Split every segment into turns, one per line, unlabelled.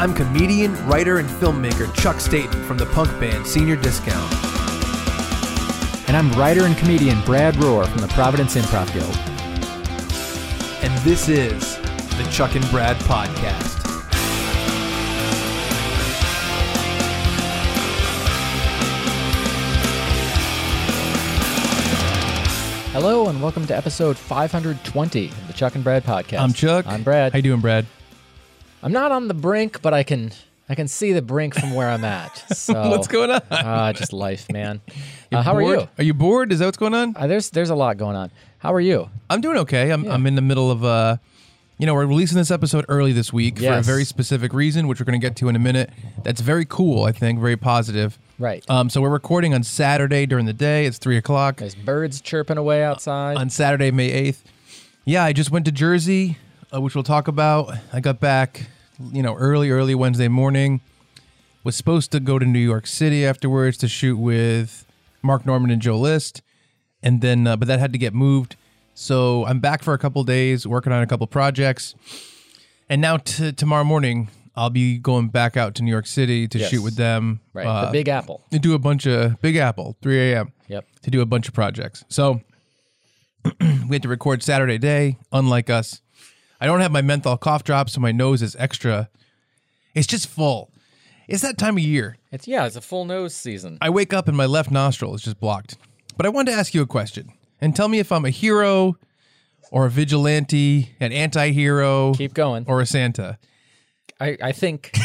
I'm comedian, writer, and filmmaker Chuck Staten from the punk band Senior Discount.
And I'm writer and comedian Brad Rohr from the Providence Improv Guild.
And this is the Chuck and Brad Podcast.
Hello and welcome to episode 520 of the Chuck and Brad podcast.
I'm Chuck.
I'm Brad.
How you doing, Brad?
I'm not on the brink, but I can I can see the brink from where I'm at. So
What's going on?
Ah, just life, man. Uh, how are
Bored?
you?
Are you bored? Is that what's going on?
Uh, there's there's a lot going on. How are you?
I'm doing okay. I'm, I'm in the middle of uh, you know, we're releasing this episode early this week for a
Yes.
very specific reason, which we're going to get to in a minute. That's very cool. I think very positive.
Right.
Um, so we're recording on Saturday during the day. It's three o'clock
There's birds chirping away
uh,
outside.
on Saturday, May eighth. Yeah, I just went to Jersey, uh, which we'll talk about. I got back, you know, early, early Wednesday morning. Was supposed to go to New York City afterwards to shoot with Mark Norman and Joe List, and then uh, but that had to get moved. So I'm back for a couple days, working on a couple projects, and now t- tomorrow morning I'll be going back out to New York City to
Yes.
shoot with them.
right.
uh,
the Big Apple.
to do a bunch of Big Apple, 3 a.m.
Yep.
To do a bunch of projects. So we had to record Saturday day, unlike us. I don't have my menthol cough drops, so my nose is extra. It's just full. It's that time of year.
It's yeah, it's a full nose season.
I wake up and my left nostril is just blocked. But I wanted to ask you a question and tell me if I'm a hero or a vigilante, an anti hero,
Keep going.
or a Santa.
I, I think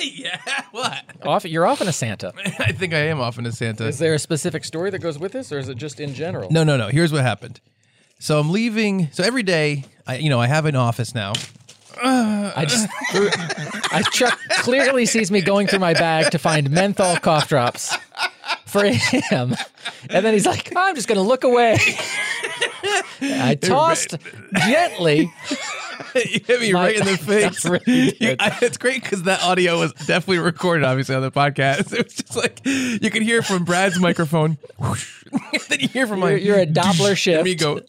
Yeah, what?
often you're often a Santa.
I think I am often a Santa.
Is there a specific story that goes with this, or is it just in general?
No, no, no. Here's what happened. So I'm leaving. So every day, I, you know, I have an office now.
I just threw, I Chuck clearly sees me going through my bag to find menthol cough drops for him, and then he's like, "I'm just gonna look away." I tossed gently.
you hit me
My-
right in the face.
That's really good.
You- I- it's great because that audio was definitely recorded, obviously, on the podcast. It was just like you could hear from Brad's microphone. whoosh, and then you hear from my.
You're, you're a Doppler
and
shift.
me go.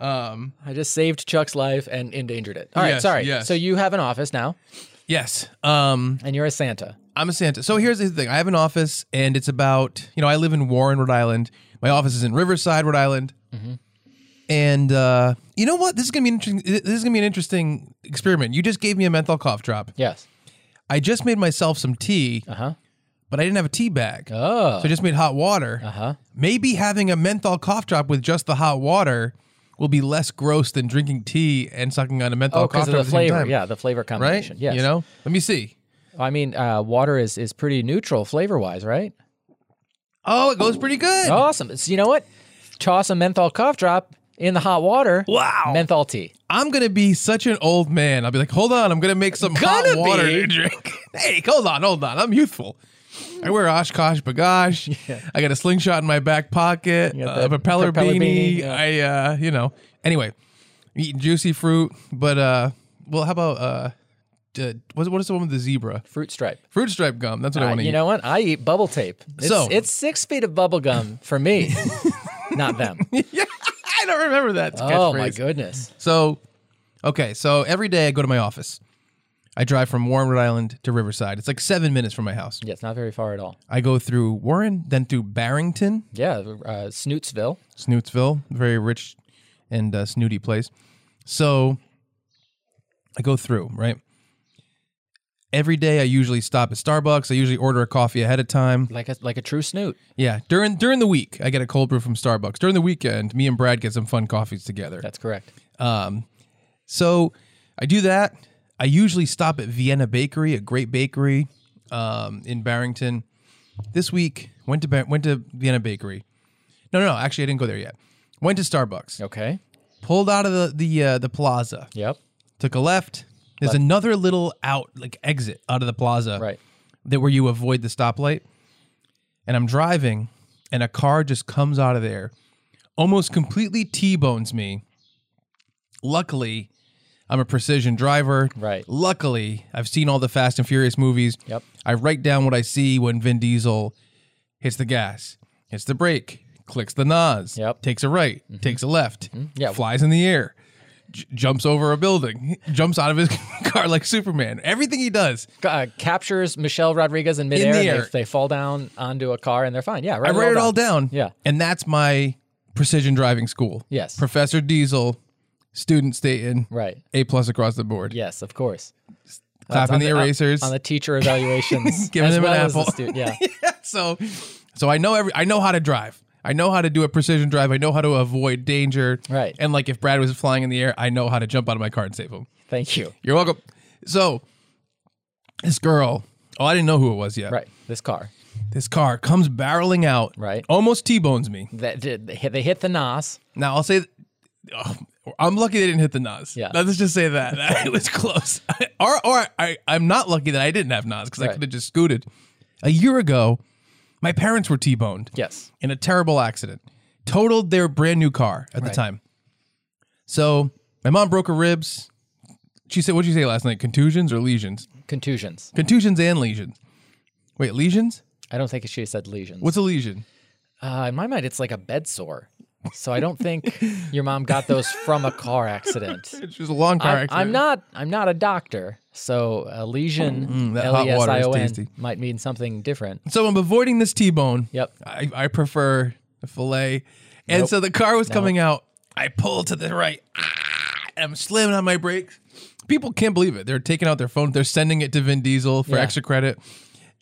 I just saved Chuck's life and endangered it. All right,
Yes,
sorry.
yes.
So you have an office now,
Yes. Um.
and you're a Santa.
I'm a Santa. So here's the thing. I have an office, and it's about you know I live in Warren, Rhode Island. My office is in Riverside, Rhode Island.
Mm-hmm.
And uh, you know what? This is gonna be an interesting. This is gonna be an interesting experiment. You just gave me a menthol cough drop.
Yes.
I just made myself some tea,
Uh-huh.
but I didn't have a tea bag,
Oh.
so I just made hot water.
Uh-huh.
Maybe having a menthol cough drop with just the hot water will be less gross than drinking tea and sucking on a menthol
Oh,
cough
because
drop at
of the
the same
flavor.
time.
Yeah, the flavor
Right?
combination. Yes.
You know. Let me see.
I mean, uh, water is is pretty neutral flavor wise, right?
Oh, it goes pretty good.
Awesome. So you know what? Toss a menthol cough drop in the hot water.
Wow.
Menthol tea.
I'm gonna be such an old man. I'll be like, hold on, I'm gonna make some
Gonna
hot water
be.
to drink. hey, hold on, hold on. I'm youthful. I wear Oshkosh bagosh. I got a slingshot in my back pocket,
got
uh,
that
a propeller,
propeller
beanie.
beanie, yeah.
I, uh, you know. Anyway, eating juicy fruit, but uh, well, how about uh, d- what's what is the one with the zebra?
Fruit stripe.
Fruit stripe gum. That's what I
Uh,
want to eat.
you know what? I eat bubble tape. It's,
So-
it's six feet of bubble gum for me, not them.
I don't remember that.
oh my
catchphrase.
goodness.
So, okay, so every day I go to my office. I drive from Warren, Rhode Island to Riverside. It's like seven minutes from my house.
Yeah, it's not very far at all.
I go through Warren, then through Barrington,
Yeah, uh, Snootsville.
Snootsville, very rich and uh, snooty place. So I go through, right? Every day I usually stop at Starbucks. I usually order a coffee ahead of time.
Like a like a true snoot.
Yeah, during during the week I get a cold brew from Starbucks. During the weekend, me and Brad get some fun coffees together.
That's correct.
So I do that. I usually stop at Vienna Bakery, a great bakery um, in Barrington. This week went to Bar- went to Vienna Bakery. No, no, no, actually I didn't go there yet. Went to Starbucks.
Okay.
Pulled out of the the uh, the plaza.
Yep.
Took a left. There's another little out like exit out of the plaza
Right.
that where you avoid the stoplight. And I'm driving, and a car just comes out of there, almost completely T-bones me. Luckily, I'm a precision driver.
Right.
Luckily, I've seen all the Fast and Furious movies.
Yep.
I write down what I see when Vin Diesel hits the gas, hits the brake, clicks the nozzles,
Yep. Mm-hmm.
takes a right, takes a left,
Yeah.
flies in the air. j- jumps over a building, jumps out of his car like Superman. Everything he does.
uh, captures Michelle Rodriguez in midair.
the
and they-
air.
They, fall down onto a car and they're fine. Yeah,
I
right.
write it all down.
Yeah.
And that's my precision driving school.
Yes.
Professor Diesel, student Staten,
Right.
A plus across the board.
Yes, of course. That's
Clapping
on
the,
on-
erasers.
on the teacher evaluations.
Giving
as
them an
well as the
apple.
stu- yeah.
so so I know every I know how to drive. I know how to do a precision drive. I know how to avoid danger.
Right.
And like if Brad was flying in the air, I know how to jump out of my car and save him.
Thank you.
You're welcome. So this girl, oh, I didn't know who it was yet.
Right. This car.
This car comes barreling out.
Right.
Almost T-bones me.
That did, they, hit, they hit the nos.
Now I'll say, oh, I'm lucky they didn't hit the Nas.
Yeah.
Let's just say that it was close. or or I, I'm not lucky that I didn't have Nas because I
Right.
could have just scooted. A year ago, my parents were T-boned
Yes.
in a terrible accident, totaled their brand new car at the
Right.
time. So my mom broke her ribs. She said, "What'd you say last night? Contusions or lesions?
Contusions.
Contusions and lesions. Wait, lesions?
I don't think she said lesions.
What's a lesion?
Uh, in my mind, it's like a bed sore. So I don't think your mom got those from a car accident.
It's just a long car
I'm,
accident.
I'm not. I'm not a doctor, so a lesion,
Mm,
E
that hot water is tasty.
L-E-S-I-O-N, might mean something different.
So I'm avoiding this T-bone.
Yep.
I, I prefer the filet. And so the car was coming out. I pull to the right. Ah, and I'm slamming on my brakes. People can't believe it. They're taking out their phone. They're sending it to Vin Diesel for
Yeah.
extra credit.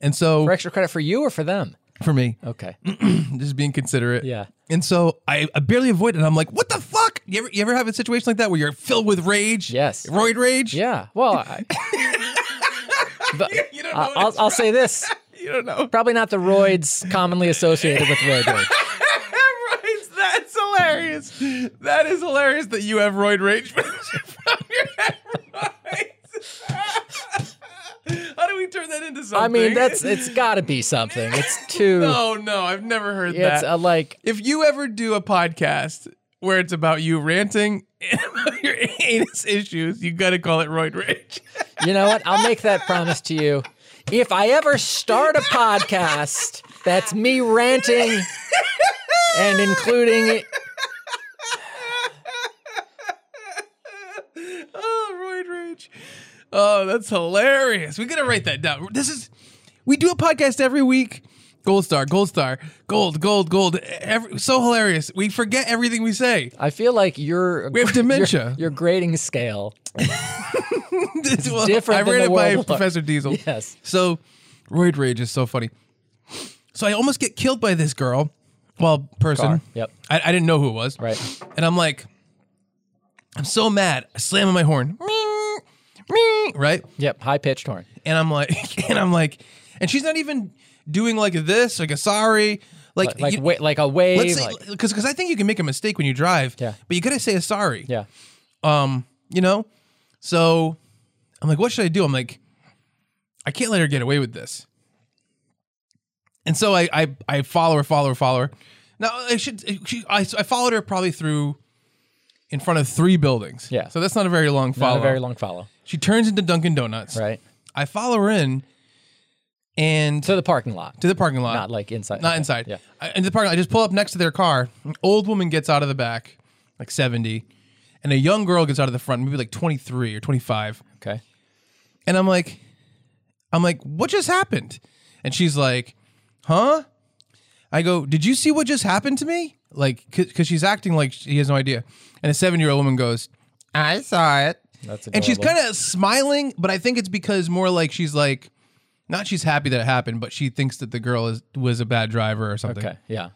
And so
For
for,
extra credit for you or for them?
me,
Okay.
just being considerate.
Oh. Yeah.
And so I, I barely avoid it. I'm like, what the fuck? You ever, you ever have a situation like that where you're filled with rage?
Yes.
Roid rage?
Yeah. Well, I, but
You don't know.
I-
what
I'll,
it's-
I'll say this:
you don't know.
probably not the roids commonly associated with roid rage.
Roids, that's hilarious. That is hilarious that you have roid rage from your hemorrhoids. How do we turn that into something?
I mean, that's it's got to be something. It's too.
no, no, I've never heard
it's
that.
a, like
if you ever do a podcast where it's about you ranting about your anus issues, you gotta call it roid rage.
You know what? I'll make that promise to you. If I ever start a podcast that's me ranting and including
oh, roid rage. Oh, that's hilarious. We gotta write that down. This is we do a podcast every week. Gold star, gold star, gold, gold, gold. Every, so hilarious. We forget everything we say.
I feel like your
We have dementia.
Your, your grading scale.
It's
different
I
than
read
the
it by
world.
Professor Diesel.
Yes.
So, roid rage is so funny. So I almost get killed by this girl, well, person.
Car. Yep.
I, I didn't know who it was.
Right.
And I'm like, I'm so mad. I slam on my horn. Right.
Yep. High pitched horn.
and I'm like, and I'm like, and she's not even doing like this, like a sorry, like
Like
you-
wa- like a wave.
let's say,
like-
because because I think you can make a mistake when you drive,
Yeah.
but you gotta say a sorry,
yeah.
um, you know. So I'm like, what should I do? I'm like, I can't let her get away with this. And so I I, I follow her, follow her, follow her. Now I should she, I I followed her probably through in front of three buildings.
Yeah.
So that's not a very long follow.
Not a very long follow.
she turns into Dunkin' Donuts.
Right.
I follow her in and
To the parking lot.
to the parking lot.
Not like inside.
Not
okay,
inside.
Yeah.
I, into the parking lot. I just pull up next to their car. An old woman gets out of the back, like 70, and a young girl gets out of the front, maybe like 23 or 25.
Okay.
And I'm like, I'm like, what just happened? And she's like, huh? I go, did you see what just happened to me? Like, because she's acting like she has no idea. And a seven year old woman goes, I saw it.
That's
And she's
adorable.
kind of smiling, but I think it's because more like she's like, not she's happy that it happened, but she thinks that the girl is, was a bad driver or something.
Okay. Yeah.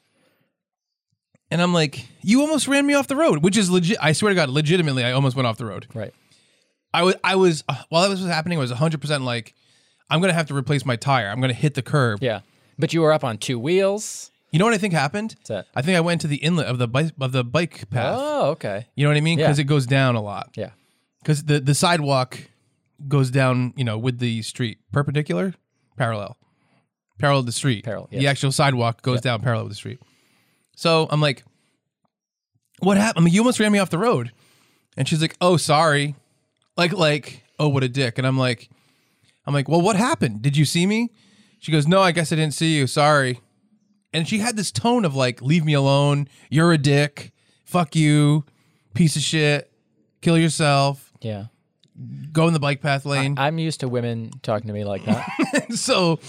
And I'm like, you almost ran me off the road, which is legit. I swear to God, legitimately, I almost went off the road.
Right.
I was, I was, uh, while that was happening, I was 100% like, I'm going to have to replace my tire. I'm going to hit the curb.
Yeah. But you were up on two wheels.
You know what I think happened?
that?
I think I went to the inlet of the bike, of the bike path.
Oh. Okay.
You know what I mean? Because
Yeah.
it goes down a lot.
Yeah.
Because the, the sidewalk goes down, you know, with the street perpendicular, parallel, parallel to the street.
Parallel,
The
yes.
actual sidewalk goes down parallel to the street. So I'm like, what happened? I mean, you almost ran me off the road. And she's like, oh, sorry. Like, like, oh, what a dick. And I'm like, I'm like, well, what happened? Did you see me? She goes, no, I guess I didn't see you. Sorry. And she had this tone of like, leave me alone. You're a dick. Fuck you. Piece of shit. kill yourself.
Yeah.
Go in the bike path lane.
I'm used to women talking to me like that.
so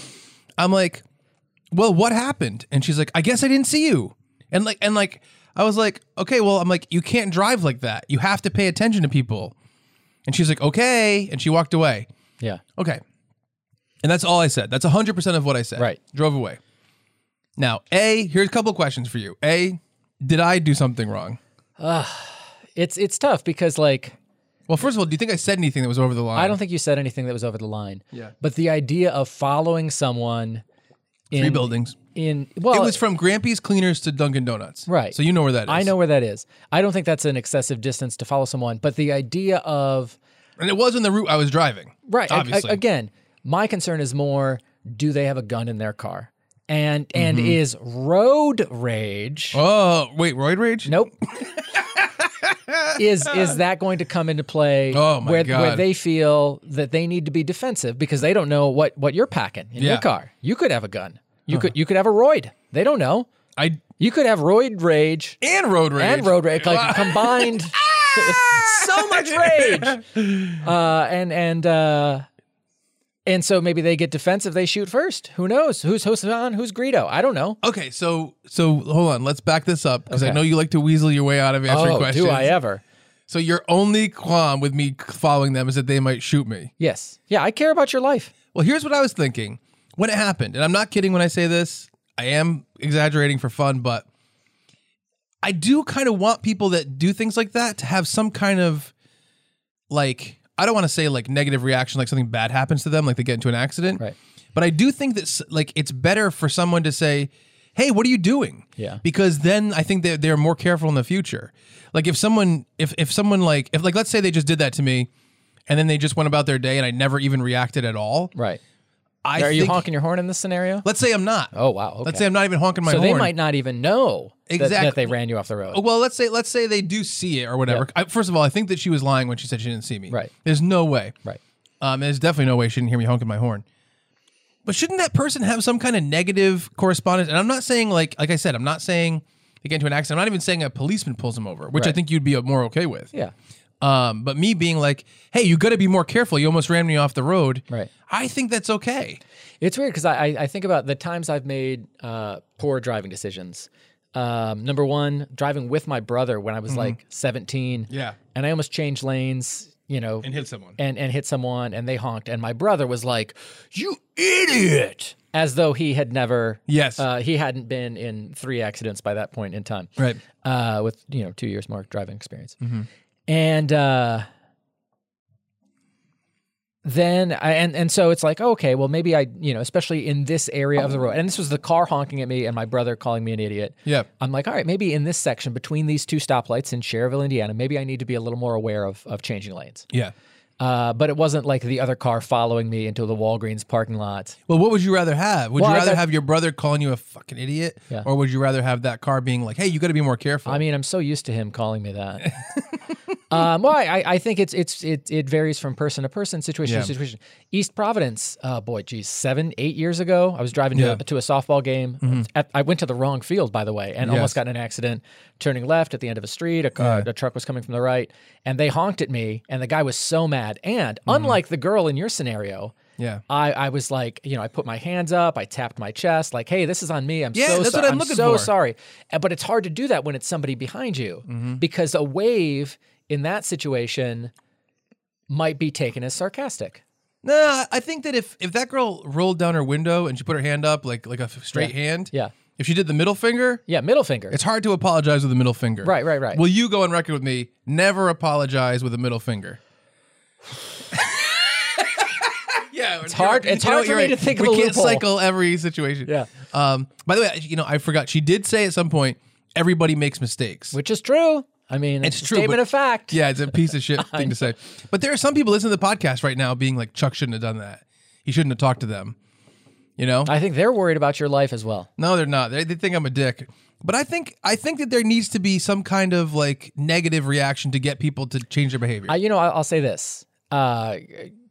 I'm like, well, what happened? And she's like, I guess I didn't see you. And like, and like, I was like, okay, well, I'm like, you can't drive like that. You have to pay attention to people. And she's like, okay. And she walked away.
yeah.
Okay. And that's all I said. That's 100% of what I said.
Right.
Drove away. Now, A, here's a couple questions for you. A, did I do something wrong?
It's it's tough because like
Well, first of all, do you think I said anything that was over the line?
I don't think you said anything that was over the line. Yeah. But the idea of following someone in
Three buildings.
in well
it was from Grampy's Cleaners to Dunkin' Donuts.
Oh, Right.
So you know where that is.
I know where that is. I don't think that's an excessive distance to follow someone, but the idea of
And it wasn't the route I was driving.
right a- a-
Obviously.
again, my concern is more do they have a gun in their car? And and
Mm-hmm.
is road rage
Oh, wait, roid rage?
Nope. is is that going to come into play
Oh, my
where where
God.
they feel that they need to be defensive because they don't know what what you're packing in
Yeah.
your car? You could have a gun. You could you could have a roid. They don't know.
I
You could have roid rage
and road rage.
and road rage like combined. so much rage. Uh, and and uh, and so maybe they get defensive. They shoot first. Who knows? Who's Hosan? Who's Greedo? I don't know.
Okay, so so hold on, let's back this up because I
Okay.
know you like to weasel your way out of answering
oh,
questions.
do I ever?
So your only qualm with me following them is that they might shoot me.
Yes. Yeah, I care about your life.
Well, here's what I was thinking when it happened, and I'm not kidding when I say this. I am exaggerating for fun, but I do kind of want people that do things like that to have some kind of like I don't want to say like negative reaction, like something bad happens to them, like they get into an accident.
Right.
But I do think that s- like it's better for someone to say, "Hey, what are you doing?"
Yeah.
Because then I think they they're more careful in the future. Like if someone if if someone like if like let's say they just did that to me, and then they just went about their day, and I never even reacted at all.
Right.
I
Are you
think-
honking your horn in this scenario?
Let's say I'm not.
Oh wow. Okay.
Let's say I'm not even honking my
so
horn. Oh.
they might not even know that- that,
Exact-
they ran you off the road.
Well, let's say let's say they do see it or whatever. I, first of all, I think that she was lying when she said she didn't see me.
Right.
There's no way.
Right.
Um, there's definitely no way she didn't hear me honking my horn. But shouldn't that person have some kind of negative correspondence? And I'm not saying like like I said, I'm not saying they get into an accident. I'm not even saying a policeman pulls them over, which I
Right.
think you'd be more okay with.
Yeah.
Um, but me being like, hey, you got to be more careful. You almost ran me off the road.
Right.
I think that's okay.
It's weird because I, I I think about the times I've made uh, poor driving decisions. Um, number one, driving with my brother when I was like 17.
Mm-hmm. Yeah.
And I almost changed lanes. You know.
And hit someone.
and and hit someone and they honked and my brother was like you idiot as though he had never
Yes.
uh, he hadn't been in three accidents by that point in time
Right.
uh, with you know two years more driving experience and uh, then I, and and so it's like okay well maybe I you know especially in this area of the road and this was the car honking at me and my brother calling me an idiot
Yeah.
I'm like, all right, maybe in this section between these two stoplights in Cherville, Indiana, maybe I need to be a little more aware of, of changing lanes.
Yeah.
Uh, but it wasn't like the other car following me into the Walgreens parking lot.
Well, what would you rather have? Would
Well,
you
I
rather
got-
have your brother calling you a fucking idiot,
Yeah.
or would you rather have that car being like, "Hey, you got to be more careful"?
I mean, I'm so used to him calling me that. um, well, I, I think it's it's it, it varies from person to person, situation
Yeah.
to situation. East Providence, uh, boy, geez, seven eight years ago, I was driving to,
Yeah. Mm-hmm.
a, to a softball game. At, I went to the wrong field, by the way, and
Yes.
almost got in an accident turning left at the end of a street. A car,
Yeah.
a truck was coming from the right, and they honked at me, and the guy was so mad. And
Mm-hmm.
unlike the girl in your scenario.
yeah,
I, I was like, you know, I put my hands up, I tapped my chest, like, hey, this is on me. I'm
Yeah,
so
that's
sorry.
what I'm looking
so
for.
sorry. Uh, But it's hard to do that when it's somebody behind you
Mm-hmm.
because a wave in that situation might be taken as sarcastic.
nah. I think that if if that girl rolled down her window and she put her hand up like like a f- straight hand,
Yeah.
If she did the middle finger,
Yeah, middle finger.
it's hard to apologize with the middle finger.
Right, right, right.
Will you go on record with me? Never apologize with a middle finger. yeah, it's
hard- it's hard for me to think of
we
a
can't
loophole.
cycle every situation.
Yeah.
Um. By the way, you know, I forgot. She did say at some point, "Everybody makes mistakes."
which is true. I mean,
It's
it's, a
true,
statement
but-
of fact.
Yeah, it's a piece of shit thing to say. But there are some people listening to the podcast right now being like, Chuck shouldn't have done that. He shouldn't have talked to them. You know?
I think they're worried about your life as well.
no, they're not. They, they think I'm a dick. But I think I think that there needs to be some kind of like negative reaction to get people to change their behavior.
I, you know, I- I'll say this, uh,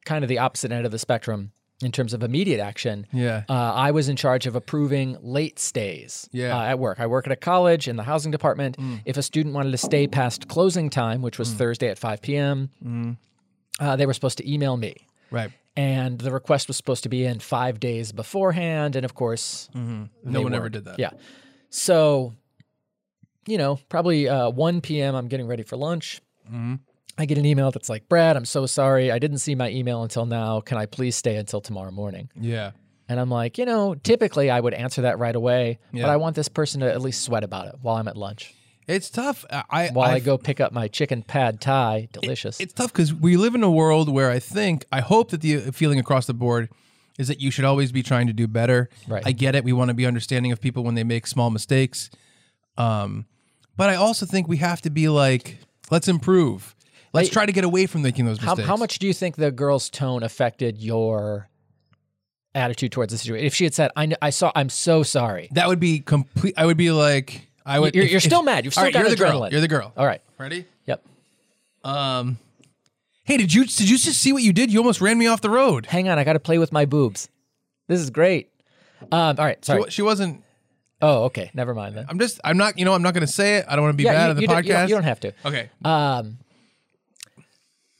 kind of the opposite end of the spectrum. in terms of immediate action.
Yeah.
Uh, I was in charge of approving late stays
Yeah. Mm.
uh, at work. I work at a college in the housing department. If a student wanted to stay past closing time, which was Thursday at 5 p.m.,
Mm.
uh, they were supposed to email me.
Right.
And the request was supposed to be in five days beforehand. And of course,
No
they
one ever
weren't.
did that.
Yeah. So, you know, probably uh, 1 p.m., I'm getting ready for lunch.
Mm-hmm.
I get an email that's like, Brad, I'm so sorry. I didn't see my email until now. Can I please stay until tomorrow morning?
Yeah.
And I'm like, you know, typically I would answer that right away,
Yeah.
but I want this person to at least sweat about it while I'm at lunch,
It's tough. I, I
while i
I've-
go pick up my chicken pad thai. Delicious.
It's tough because we live in a world where I think, I hope that the uh, feeling across the board is that you should always be trying to do better.
Right.
I get it. We want to be understanding of people when they make small mistakes. Um, but I also think we have to be like, let's improve. Let's
Hey,
try to get away from making those
how,
mistakes.
how much do you think the girl's tone affected your attitude towards the situation? If she had said, I, kn- I saw, I'm so sorry.
That would be complete. I would be like, I would.
You're,
if-
you're
if-
still mad. You've
All
still
right,
got
you're the
adrenaline.
girl. You're the girl.
All right.
Ready?
Yep.
Hey, did you did you just see what you did? You almost ran me off the road.
Hang on. I got to play with my boobs. This is great. Um, all right. Sorry.
She, she wasn't.
Oh, okay. Never mind then.
I'm just. I'm not. You know. I'm not going to say it. I don't want to be bad
you,
on the
you don't-
podcast.
you don't- you don't have to. Um,
Okay.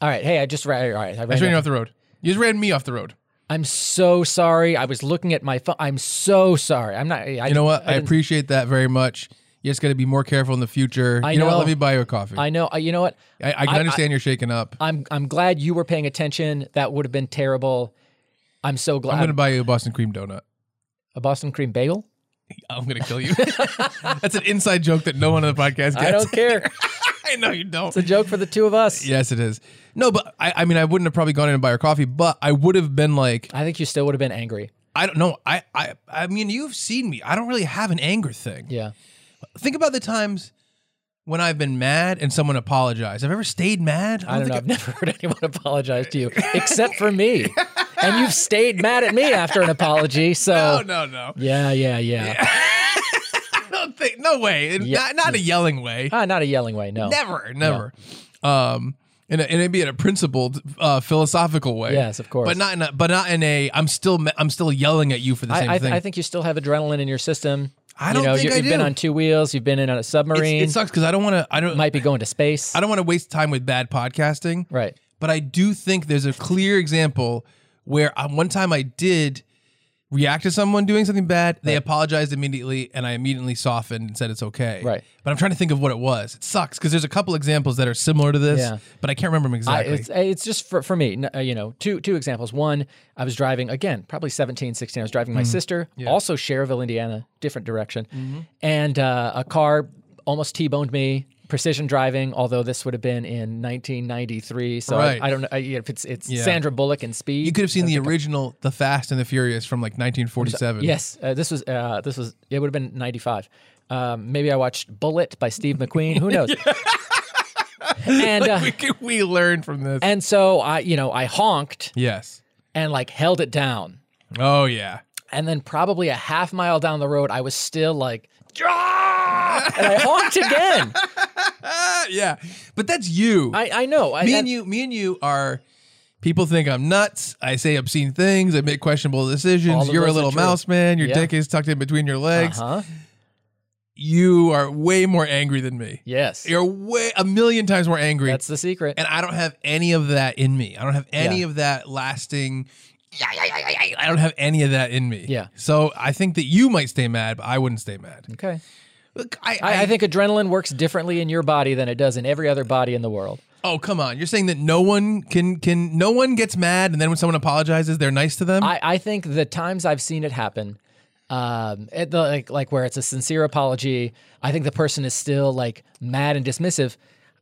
All right. Hey, I just ran. All right. I ran
I just ran
off-
you off the road. You just ran me off the road.
I'm so sorry. I was looking at my phone. I'm so sorry. I'm not. I,
You know what?
I,
I,
didn't-
appreciate that very much. You just got to be more careful in the future. you know, what?
know.
Let me buy you a coffee. I,
I know. I- You know what?
I, can understand you're shaking up. I,
I'm. I'm glad you were paying attention. That would have been terrible. I'm so glad.
am going to buy you a Boston cream donut.
a Boston cream bagel.
I'm going to kill you. That's an inside joke that no one on the podcast gets.
I don't care.
I know you don't.
It's a joke for the two of us.
yes, it is. No, but I, I mean, I wouldn't have probably gone in and buy her coffee, but I would have been like,
I think you still would have been angry.
I don't know. I, I, I mean, you've seen me. I don't really have an anger thing.
Yeah.
Think about the times when I've been mad and someone apologized. I've ever stayed mad.
I don't
think
know. I've never heard anyone apologize to you except for me. And you've stayed mad at me after an apology. So
I- no, no, no.
yeah, yeah, yeah.
don't think no way And
Yeah.
not, not a yelling way
Ah, not a yelling way. No.
never never um and, and it'd be in a principled uh, philosophical way
Yes, of course.
but not in a but not in a i'm still ma- i'm still yelling at you for the
I,
same
I,
thing
I think you still have adrenaline in your system.
I
you
don't
know,
think
you,
I
have been
do.
on two wheels. You've been in a submarine.
It's- it sucks because i don't want to i don't
might be going to space.
i don't want to waste time with bad podcasting
right.
but i do think there's a clear example where I, one time i did react to someone doing something bad they apologized immediately and i immediately softened and said it's okay
Right.
but i'm trying to think of what it was it sucks because there's a couple examples that are similar to this
Yeah.
but i can't remember them
I,
exactly
it's, it's just for, for me, n- uh, you know, two two examples. One, I was driving, again, probably 17, 16. I was driving my
Mm-hmm.
sister, also Cherville, Indiana, different direction. And uh, a car almost T boned me. Precision driving, although this would have been in 1993. So I-
Right.
I, don't know I, if it's it's Sandra Bullock and Speed.
You could have seen the original The Fast and the Furious from like 1947.
Yes, uh, this was uh, this was it would have been ninety five. Um, maybe I watched Bullet by Steve McQueen. Who knows? and uh,
We, could- we learned from this.
and so I you know I honked
yes.
and like held it down,
Oh, yeah.
and then probably a half mile down the road I was still like, "Ah!" and I honked again.
Ah, yeah. But that's you.
I, I know. I,
me
that-
and you me and you are people think I'm nuts. I say obscene things. I make questionable
All
decisions.
of
You're a
those are
little
true.
mouse man. Your
Yeah. Uh-huh.
dick is tucked in between your legs.
Huh?
You are way more angry than me.
Yes,
You're way a million times more angry.
that's the secret.
and I don't have any of that in me. I don't have any
Yeah.
of that lasting. I don't have any of that in me.
Yeah.
So I think that you might stay mad, but I wouldn't stay mad.
okay.
Look, I,
I, I think adrenaline works differently in your body than it does in every other body in the world.
Oh come on! You're saying that no one can can no one gets mad, and then when someone apologizes, they're nice to them.
I, I think the times I've seen it happen, um, at the, like like where it's a sincere apology, I think the person is still like mad and dismissive.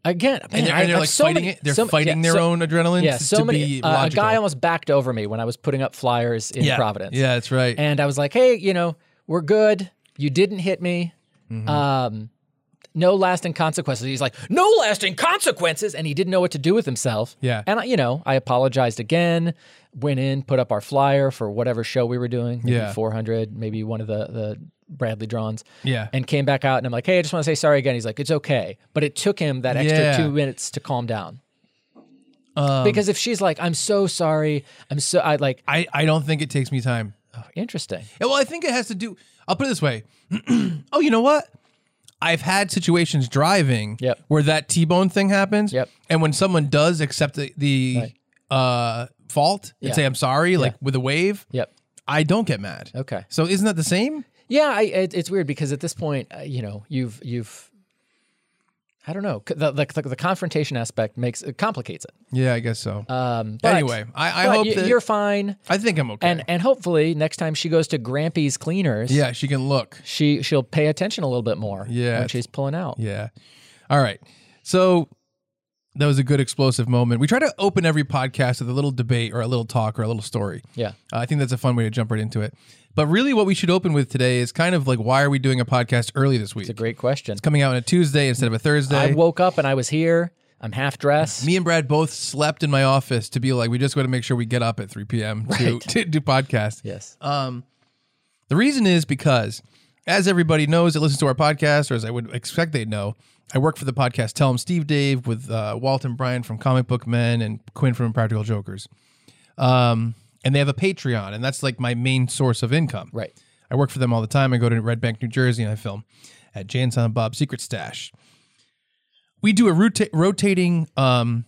Again, man,
and they're,
I-
and they're
I've
like
so
fighting
many-
it. They're
so-
fighting
yeah,
their
so-
own adrenaline.
Yeah,
to-
so
to
many.
Be
uh, a
logical.
guy almost backed over me when I was putting up flyers in
yeah.
Providence.
Yeah, that's right.
and I was like, "Hey, you know, we're good. You didn't hit me.
Mm-hmm.
Um, no lasting consequences." He's like, "No lasting consequences," and he didn't know what to do with himself.
Yeah.
and I, you know, I apologized again. Went in, put up our flyer for whatever show we were doing. Maybe
Yeah.
four hundred, maybe one of the the Bradley Drawns.
Yeah.
and came back out, and I'm like, "Hey, I just want to say sorry again." He's like, "It's okay," but it took him that extra
Yeah.
two minutes to calm down.
Um,
because if she's like, "I'm so sorry," I'm so I like
I, I don't think it takes me time.
oh, interesting.
Yeah, well, I think it has to do. I'll put it this way. oh, you know what? I've had situations driving
Yep.
where that T-bone thing happens.
Yep.
And when someone does accept the, the uh, fault and
Yeah.
say, I'm sorry, like with a wave,
Yep.
I don't get mad.
Okay.
So isn't that the same?
Yeah, I, it, it's weird because at this point, uh, you know, you've you've I don't know. C- The the, the, the confrontation aspect makes it complicates it.
Yeah, I guess so.
Um, but,
anyway, I, I
but
hope
you-
that
you're fine,
I think I'm okay.
and and hopefully next time she goes to Grampy's Cleaners,
yeah, she can look.
she she'll pay attention a little bit more.
Yeah,
when
it's-
she's pulling out.
Yeah. All right. So that was a good explosive moment. We try to open every podcast with a little debate or a little talk or a little story.
Yeah.
Uh, I think that's a fun way to jump right into it. But really, what we should open with today is kind of like why are we doing a podcast early this week?
It's a great question.
Coming out on a Tuesday instead of a
I
Thursday.
woke up and I was here. I'm half dressed.
Me and Brad both slept in my office to be like, we just got to make sure we get up at 3 p.m. to,
Right.
to do podcasts.
yes.
The reason is because, as everybody knows that listens to our podcast, or as I would expect they know, I work for the podcast Tell 'em Steve Dave with uh, Walt and Brian from Comic Book Men and Quinn from Practical Jokers. Um, and they have a Patreon, and that's like my main source of income.
Right.
I work for them all the time. I go to Red Bank, New Jersey, and I film at Jan Silent Bob Secret Stash. We do a rota- rotating, um,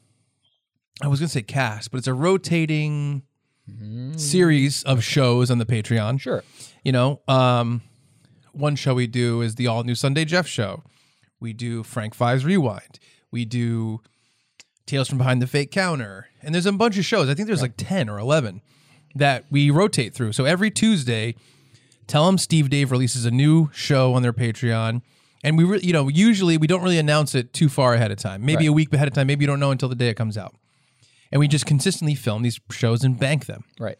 I was going to say cast, but it's a rotating series of shows on the Patreon
Sure.
you know um one show we do is the all new sunday jeff show we do frank fives rewind we do tales from behind the fake counter and there's a bunch of shows i think there's like 10 or 11 that we rotate through so every tuesday tell them steve dave releases a new show on their patreon and we re- you know usually we don't really announce it too far ahead of time maybe a week ahead of time maybe you don't know until the day it comes out and we just consistently film these shows and bank them
Right.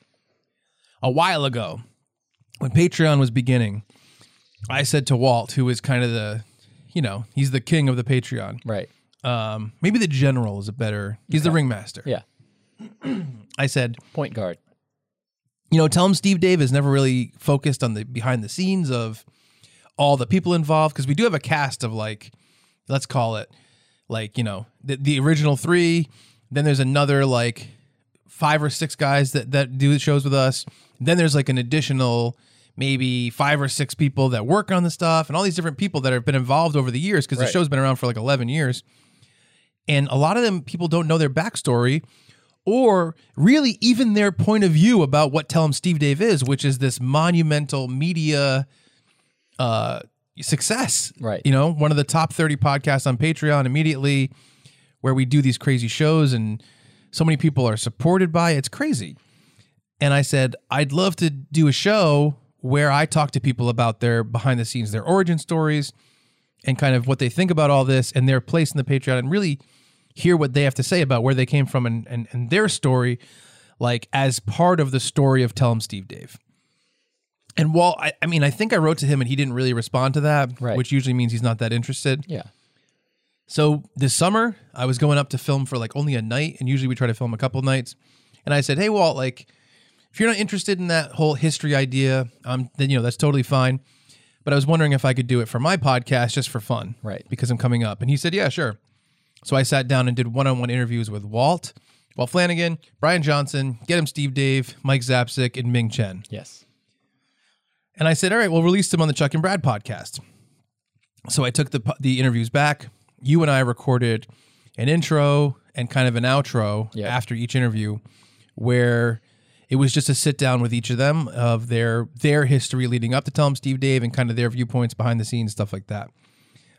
a while ago when Patreon was beginning, I said to Walt, who is kind of the, you know, he's the king of the Patreon.
Right.
Um, maybe the general is a better, he's the ringmaster.
Yeah.
I said,
Point guard.
you know, tell him Steve Dave has never really focused on the behind the scenes of all the people involved because we do have a cast of like, let's call it like, you know, the, the original three. Then there's another like five or six guys that, that do the shows with us. Then there's like an additional maybe five or six people that work on the stuff and all these different people that have been involved over the years because
Right.
the show's been around for like 11 years. And a lot of them people don't know their backstory or really even their point of view about what Tell 'em Steve Dave is, which is this monumental media uh, success.
Right.
You know, one of the top 30 podcasts on Patreon immediately, where we do these crazy shows and so many people are supported by it. It's crazy. And I said, I'd love to do a show where I talk to people about their behind the scenes, their origin stories, and kind of what they think about all this and their place in the Patreon and really hear what they have to say about where they came from and, and, and their story, like as part of the story of Tell 'em Steve Dave. And Walt, I, I mean, I think I wrote to him and he didn't really respond to that,
Right.
which usually means he's not that interested.
Yeah.
So this summer, I was going up to film for like only a night, and usually we try to film a couple nights. And I said, "Hey, Walt, like, if you're not interested in that whole history idea, um, then you know that's totally fine. But I was wondering if I could do it for my podcast just for fun,
Right.
Because I'm coming up." And he said, "Yeah, sure." So I sat down and did one-on-one interviews with Walt, Walt Flanagan, Brian Johnson, Get Him Steve Dave, Mike Zapsik, and Ming Chen.
Yes.
And I said, "All right, we'll release them on the Chuck and Brad podcast." So I took the po- the interviews back. You and I recorded an intro and kind of an outro
Yeah.
after each interview, where it was just a sit down with each of them of their their history leading up to Tell 'em Steve Dave and kind of their viewpoints behind the scenes stuff like that.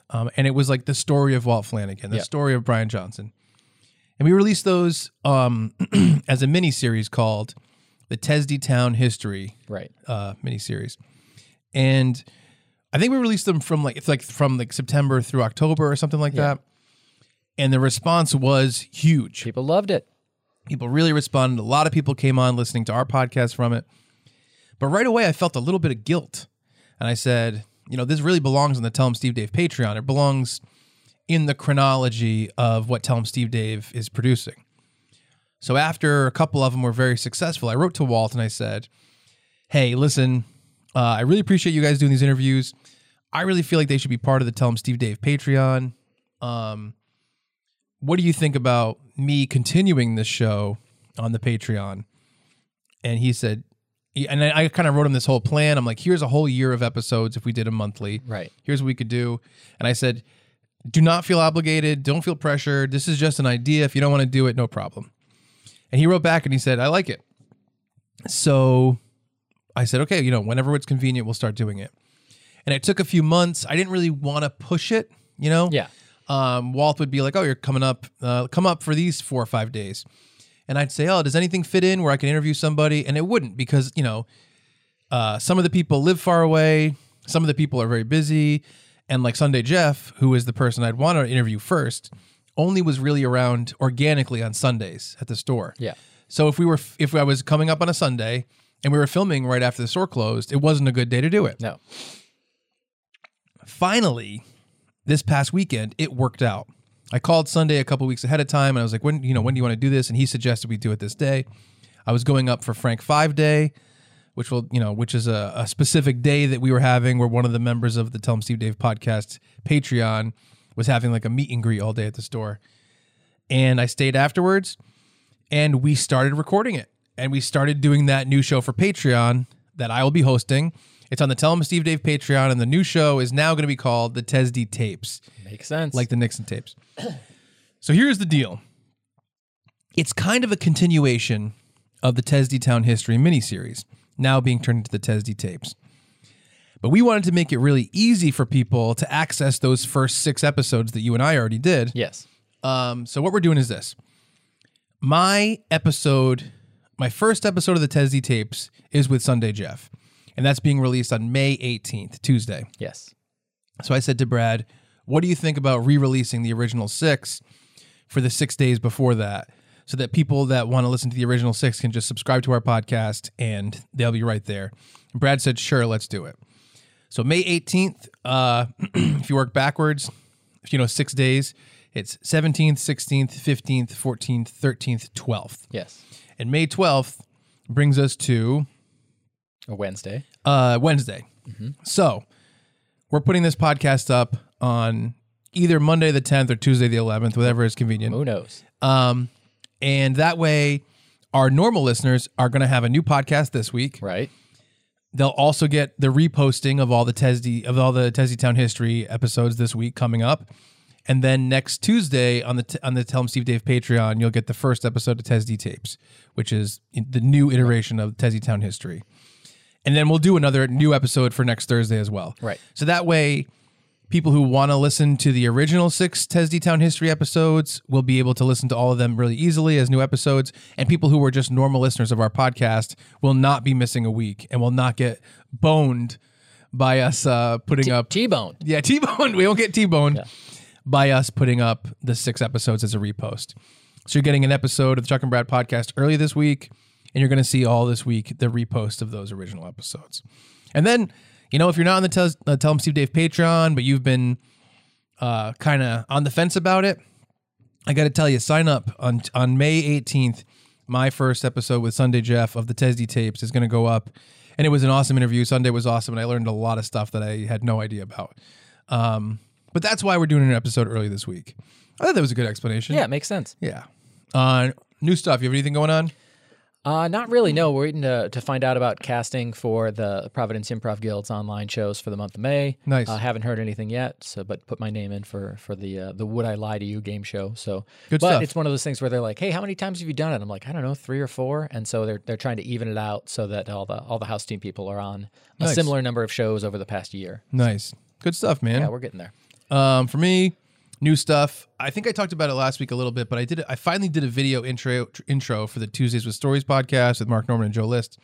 Um, and it was like the story of Walt Flanagan, the
Yeah.
story of Brian Johnson, and we released those um, as a mini series called the Tesdy Town History
Right.
uh, miniseries, and I think we released them from like it's like from like September through October or something like that. And the response was huge.
People loved it.
People really responded. A lot of people came on listening to our podcast from it. But right away, I felt a little bit of guilt, and I said, you know, this really belongs on the Tell 'em Steve Dave Patreon. It belongs in the chronology of what Tell 'em Steve Dave is producing. So after a couple of them were very successful, I wrote to Walt and I said, hey, listen, uh, I really appreciate you guys doing these interviews. I really feel like they should be part of the Tell 'em Steve Dave Patreon. Um, what do you think about me continuing this show on the Patreon? And he said, he- and I, I kind of wrote him this whole plan. I'm like, here's a whole year of episodes if we did a monthly.
Right.
Here's what we could do. And I said, do not feel obligated. Don't feel pressured. This is just an idea. If you don't want to do it, no problem. And he wrote back and he said, I like it. So I said, okay, you know, whenever it's convenient, we'll start doing it. And it took a few months. I didn't really want to push it, you know?
Yeah.
um, Walt would be like, "Oh, you're coming up, uh, come up for these four or five days," and I'd say, "Oh, does anything fit in where I can interview somebody?" And it wouldn't because you know, uh, some of the people live far away, some of the people are very busy, and like Sunday Jeff, who is the person I'd want to interview first, only was really around organically on Sundays at the store.
Yeah.
So if we were, if I was coming up on a Sunday and we were filming right after the store closed, it wasn't a good day to do it
No.
finally, this past weekend, it worked out. I called Sunday a couple weeks ahead of time, and I was like, "When you know, when do you want to do this?" And he suggested we do it this day. I was going up for Frank Five Day, which will you know, which is a, a specific day that we were having, where one of the members of the Tell 'em Steve Dave podcast Patreon was having like a meet and greet all day at the store, and I stayed afterwards, and we started recording it, and we started doing that new show for Patreon that I will be hosting. It's on the Tell 'em Steve Dave Patreon, and the new show is now going to be called the TESD Tapes
Makes sense.
like the Nixon tapes. So here's the deal. It's kind of a continuation of the Tesdy Town History miniseries, now being turned into the Tesdy tapes. But we wanted to make it really easy for people to access those first six episodes that you and I already did.
yes.
Um, so what we're doing is this. My episode, my first episode of the Tesdy tapes is with Sunday Jeff, and that's being released on May 18th, Tuesday.
Yes.
So I said to Brad, "What do you think about re-releasing the original six for the six days before that, so that people that want to listen to the original six can just subscribe to our podcast and they'll be right there." And Brad said, "Sure, let's do it." So May eighteenth, uh, if you work backwards, if you know six days, it's seventeenth, sixteenth, fifteenth, fourteenth, thirteenth, twelfth,
Yes.
and May twelfth brings us to
A Wednesday.
uh, Wednesday. So we're putting this podcast up on either Monday the 10th or Tuesday the 11th, whatever is convenient.
Who knows?
Um, and that way, our normal listeners are going to have a new podcast this week.
Right.
They'll also get the reposting of all the Tesdy of all the Tesdy Town history episodes this week coming up. And then next Tuesday on the t- on the Tell 'em Steve Dave Patreon, you'll get the first episode of Tesdy Tapes, which is the new iteration of Tesdy Town history. And then we'll do another new episode for next Thursday as well.
Right.
So that way, people who want to listen to the original six Tesdy Town history episodes will be able to listen to all of them really easily as new episodes. And people who were just normal listeners of our podcast will not be missing a week and will not get boned by us uh, putting up
T-Bone.
yeah, T boned. We won't get T boned by us putting up the six episodes as a repost. So you're getting an episode of the Chuck and Brad podcast early this week, and you're going to see all this week the repost of those original episodes. And then, you know, if you're not on the Tell, uh, Tell 'em Steve Dave Patreon, but you've been uh, kind of on the fence about it, I got to tell you, sign up on on May 18th. My first episode with Sunday Jeff of the Tesdy tapes is going to go up, and it was an awesome interview. Sunday was awesome, and I learned a lot of stuff that I had no idea about. Um, but that's why we're doing an episode early this week. I thought that was a good explanation.
Yeah, it makes sense.
yeah. Uh, new stuff. You have anything going on?
Uh, not really. No, we're waiting to, to find out about casting for the Providence Improv Guild's online shows for the month of May.
Nice.
Uh, haven't heard anything yet, so but put my name in for for the uh, the Would I Lie to You game show. So
Good
but
stuff.
it's one of those things where they're like, Hey, how many times have you done it? I'm like, I don't know, three or four. And so they're they're trying to even it out so that all the all the house team people are on a
Nice.
similar number of shows over the past year.
Nice. Good stuff, man.
Yeah, we're getting there.
Um, for me, new stuff. I think I talked about it last week a little bit, but I did. I finally did a video intro tr- intro for the Tuesdays with Stories podcast with Mark Norman and Joe List.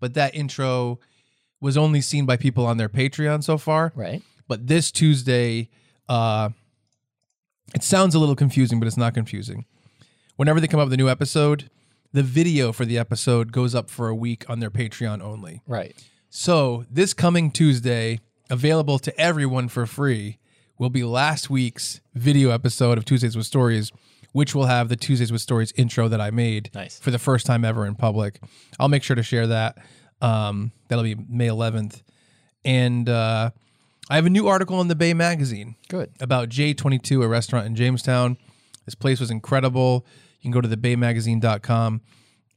But that intro was only seen by people on their Patreon so far.
Right.
But this Tuesday, uh, it sounds a little confusing, but it's not confusing. Whenever they come up with a new episode, the video for the episode goes up for a week on their Patreon only.
Right.
So, this coming Tuesday, available to everyone for free, will be last week's video episode of Tuesdays with Stories, which will have the Tuesdays with Stories intro that I made
Nice.
for the first time ever in public. I'll make sure to share that. Um, that'll be May 11th. And uh, I have a new article in the Bay Magazine
Good.
about J22, a restaurant in Jamestown. This place was incredible. You can go to thebaymagazine.com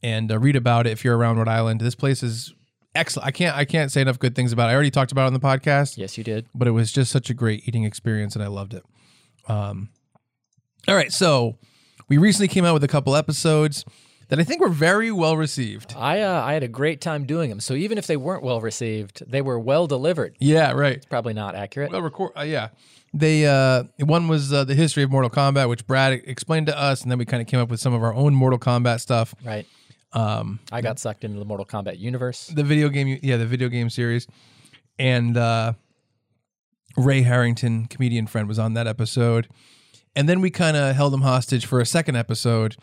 and uh, read about it if you're around Rhode Island. This place is excellent. I can't I can't say enough good things about it. I already talked about it on the podcast,
Yes, you did.
but it was just such a great eating experience and I loved it. Um, all right, so we recently came out with a couple episodes that I think were very well received.
I uh, I had a great time doing them. So even if they weren't well received, they were well delivered.
Yeah, right.
Probably not accurate.
Well, record. Uh, yeah, they uh, one was uh, the history of Mortal Kombat, which Brad explained to us, and then we kind of came up with some of our own Mortal Kombat stuff.
right. Um, I got sucked into the Mortal Kombat universe.
The video game, yeah, the video game series, and uh, Ray Harrington, comedian friend, was on that episode, and then we kind of held him hostage for a second episode,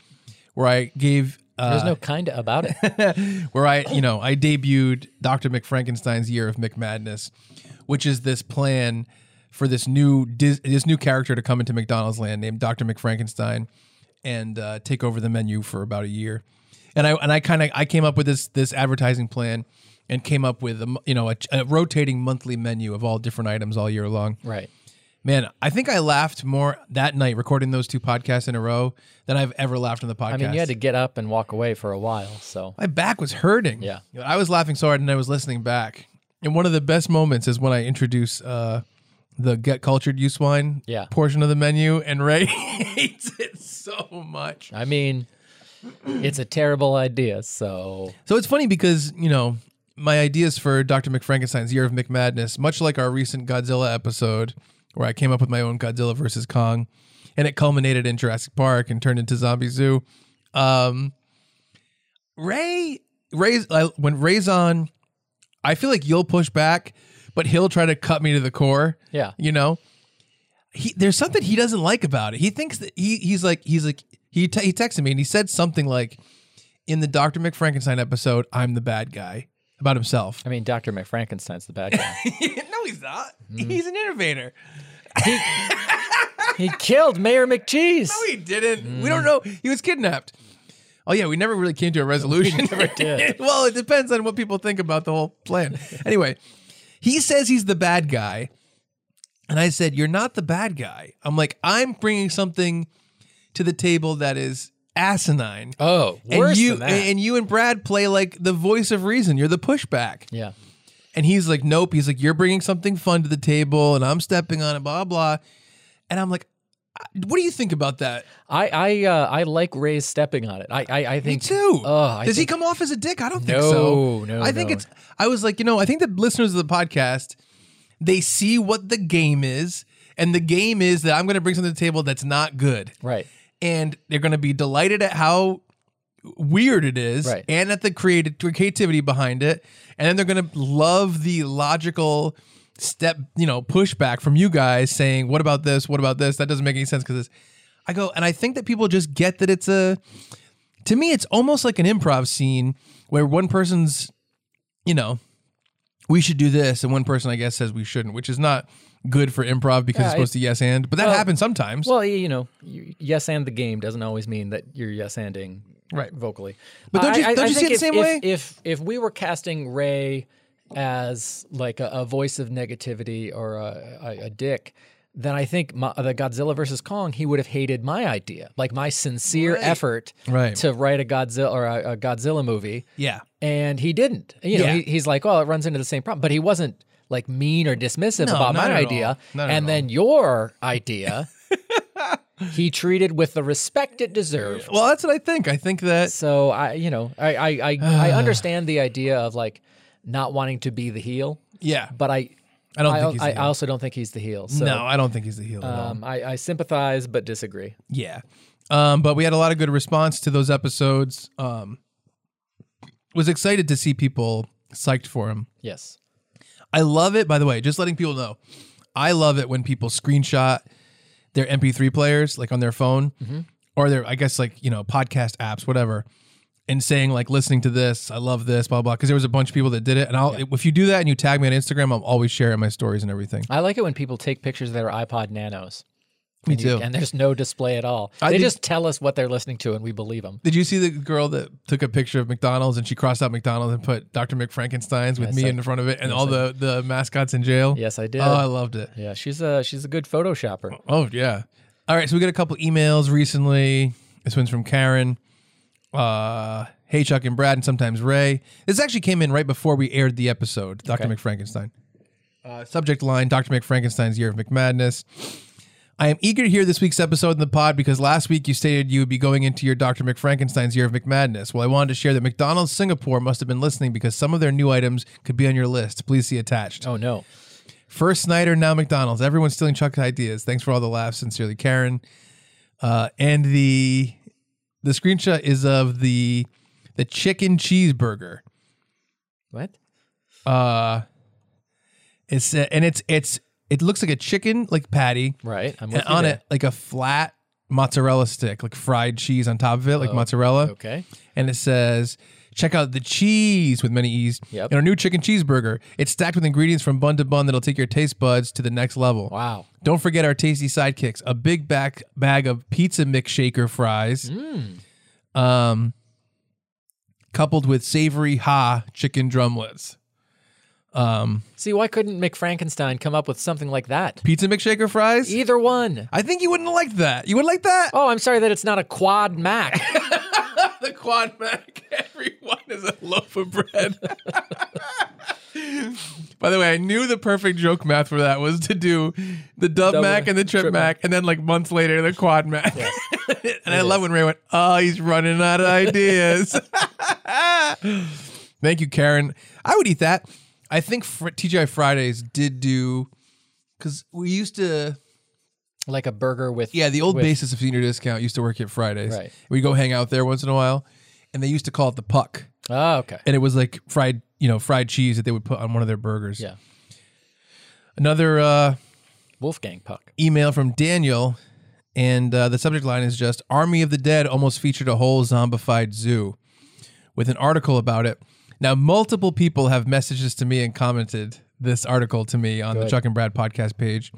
where I gave. Uh,
There's no kinda about it.
where I, you know, I debuted Dr. McFrankenstein's Year of McMadness, which is this plan for this new Dis- this new character to come into McDonald's land named Dr. McFrankenstein and uh, take over the menu for about a year. And I and I kind of I came up with this this advertising plan and came up with a, mo- you know a, a rotating monthly menu of all different items all year long.
right.
Man, I think I laughed more that night recording those two podcasts in a row than I've ever laughed on the podcast.
I mean, you had to get up and walk away for a while. So
My back was hurting.
Yeah.
But I was laughing so hard and I was listening back. And one of the best moments is when I introduce uh, the get cultured use wine
Yeah.
portion of the menu, and Ray hates it so much.
I mean, it's a terrible idea. So
So it's funny because, you know, my ideas for Dr. McFrankenstein's Year of McMadness, much like our recent Godzilla episode, where I came up with my own Godzilla versus Kong, and it culminated in Jurassic Park and turned into Zombie Zoo. Um, Ray, Ray's I, when Ray's on, I feel like you'll push back, but he'll try to cut me to the core.
Yeah.
you know, he there's something he doesn't like about it. He thinks that he he's like he's like he te- he texted me and he said something like in the Doctor McFrankenstein episode, I'm the bad guy about himself.
I mean, Doctor McFrankenstein's the bad guy.
no, he's not. He's an innovator.
he killed Mayor McCheese.
No, he didn't. We don't
Mm.
know. He was kidnapped. Oh yeah, we never really came to a resolution.
did.
well, it depends on what people think about the whole plan. anyway, he says he's the bad guy, and I said, "You're not the bad guy." I'm like, "I'm bringing something to the table that is asinine."
oh,
and
worse
you
than that.
and you and Brad play like the voice of reason. You're the pushback.
yeah.
And he's like, nope. He's like, you're bringing something fun to the table, and I'm stepping on it, blah blah. And I'm like, "I- what do you think about that?
I I uh, I like Ray's stepping on it. I I, I
Me
think
too.
Oh, I
Does he
think-
come off as a dick? I don't think
No,
so.
no,
I think
no.
it's. I was like, you know, I think the listeners of the podcast, they see what the game is, and the game is that I'm going to bring something to the table that's not good,
Right.
and they're going to be delighted at how weird it is
Right.
and at the creative creativity behind it and then they're going to love the logical step you know pushback from you guys saying what about this what about this that doesn't make any sense because i go and i think that people just get that it's a to me it's almost like an improv scene where one person's you know we should do this and one person i guess says we shouldn't which is not good for improv because
Yeah,
it's supposed to yes and but that happens sometimes
Well, you, you know, you, yes and the game doesn't always mean that you're yes anding
Right.
vocally.
But don't you-
I- I-
don't
I
you see
think
it the
if-
same
if- If if we were casting Ray as like a, a voice of negativity or a, a, a dick. Then I think my, the Godzilla versus Kong, he would have hated my idea, like my sincere
Right.
effort
Right.
to write a Godzilla or a, a Godzilla movie.
yeah
and he didn't. You know,
Yeah.
he, he's like, "Well, it runs into the same problem," but he wasn't like mean or dismissive
No,
about
not
my
at
idea.
all. Not at
And then your idea, he treated with the respect it deserved.
well that's what i think i think that
So I, you know, I I I, I understand the idea of like not wanting to be the heel,
Yeah,
but I
I don't
I,
think he's the
I, I
heel.
also don't think he's the heel. So
no, I don't think he's the heel. at all.
um, I, I sympathize but disagree.
Yeah, um, but we had a lot of good response to those episodes. Um, was excited to see people psyched for him.
Yes.
I love it. By the way, just letting people know, I love it when people screenshot their MP3 players, like on their phone,
Mm-hmm.
or their, I guess, like you know, podcast apps, whatever, and saying like, listening to this, I love this, blah blah. Because there was a bunch of people that did it, and I'll if you do that and you tag me on Instagram, I'll always share it in my stories and everything.
I like it when people take pictures of their iPod Nanos.
Me
and you-
too.
and there's no display at all.
I
they
did-
just tell us what they're listening to, and we believe them.
Did you see the girl that took a picture of McDonald's and she crossed out McDonald's and put Dr. McFrankenstein's with me
I-
in front of it and all the, the mascots in jail?
Yes, I did.
Oh, I loved it.
Yeah, she's a she's a good photoshopper.
Oh, yeah. All right, so we got a couple emails recently. This one's from Karen. Uh, hey, Chuck and Brad, and sometimes Ray. This actually came in right before we aired the episode, Dr.
Okay.
McFrankenstein. Uh, subject line Dr. McFrankenstein's Year of McMadness. I am eager to hear this week's episode in the pod because last week you stated you would be going into your Dr. McFrankenstein's Year of McMadness. Well, I wanted to share that McDonald's Singapore must have been listening because some of their new items could be on your list. Please see attached.
Oh no.
First Snyder, now McDonald's. Everyone's stealing Chuck's ideas. Thanks for all the laughs. Sincerely, Karen. Uh, and the the screenshot is of the the chicken cheeseburger. Uh,
What?
It's uh, and it's it's it looks like a chicken like patty,
Right. I'm
and
with you
on
there.
it like a flat mozzarella stick, like fried cheese on top of it, like mozzarella.
Okay.
and it says check out the cheese with many e's
Yep.
and our new chicken cheeseburger it's stacked with ingredients from bun to bun that'll take your taste buds to the next level
Wow.
don't forget our tasty sidekicks a big back bag of pizza mix shaker fries um, coupled with savory ha chicken drumlets
See, why couldn't McFrankenstein come up with something like that?
pizza mix shaker fries
Either one.
i think you wouldn't like that you would like that
Oh, I'm sorry that it's not a quad Mac.
the quad mac. Everyone is a loaf of bread. By the way, I knew the perfect joke math for that was to do the dub
Double-
mac and the trip,
trip
mac, and then like months later the quad mac. and I love when Ray went, "Oh, he's running out of ideas." Thank you, Karen. I would eat that. I think fr- TGI Fridays did do because we used to
like a burger with
yeah, the old
with-
basis of senior discount used to work at Fridays.
Right.
We go hang out there once in a while, and they used to call it the puck,
Oh, okay.
and it was like fried, you know, fried cheese that they would put on one of their burgers.
Yeah.
Another uh,
Wolfgang Puck.
email from Daniel, and uh, the subject line is just "Army of the Dead" almost featured a whole zombified zoo, with an article about it. Now, multiple people have messages to me and commented this article to me on the
Good.
Chuck and Brad podcast page.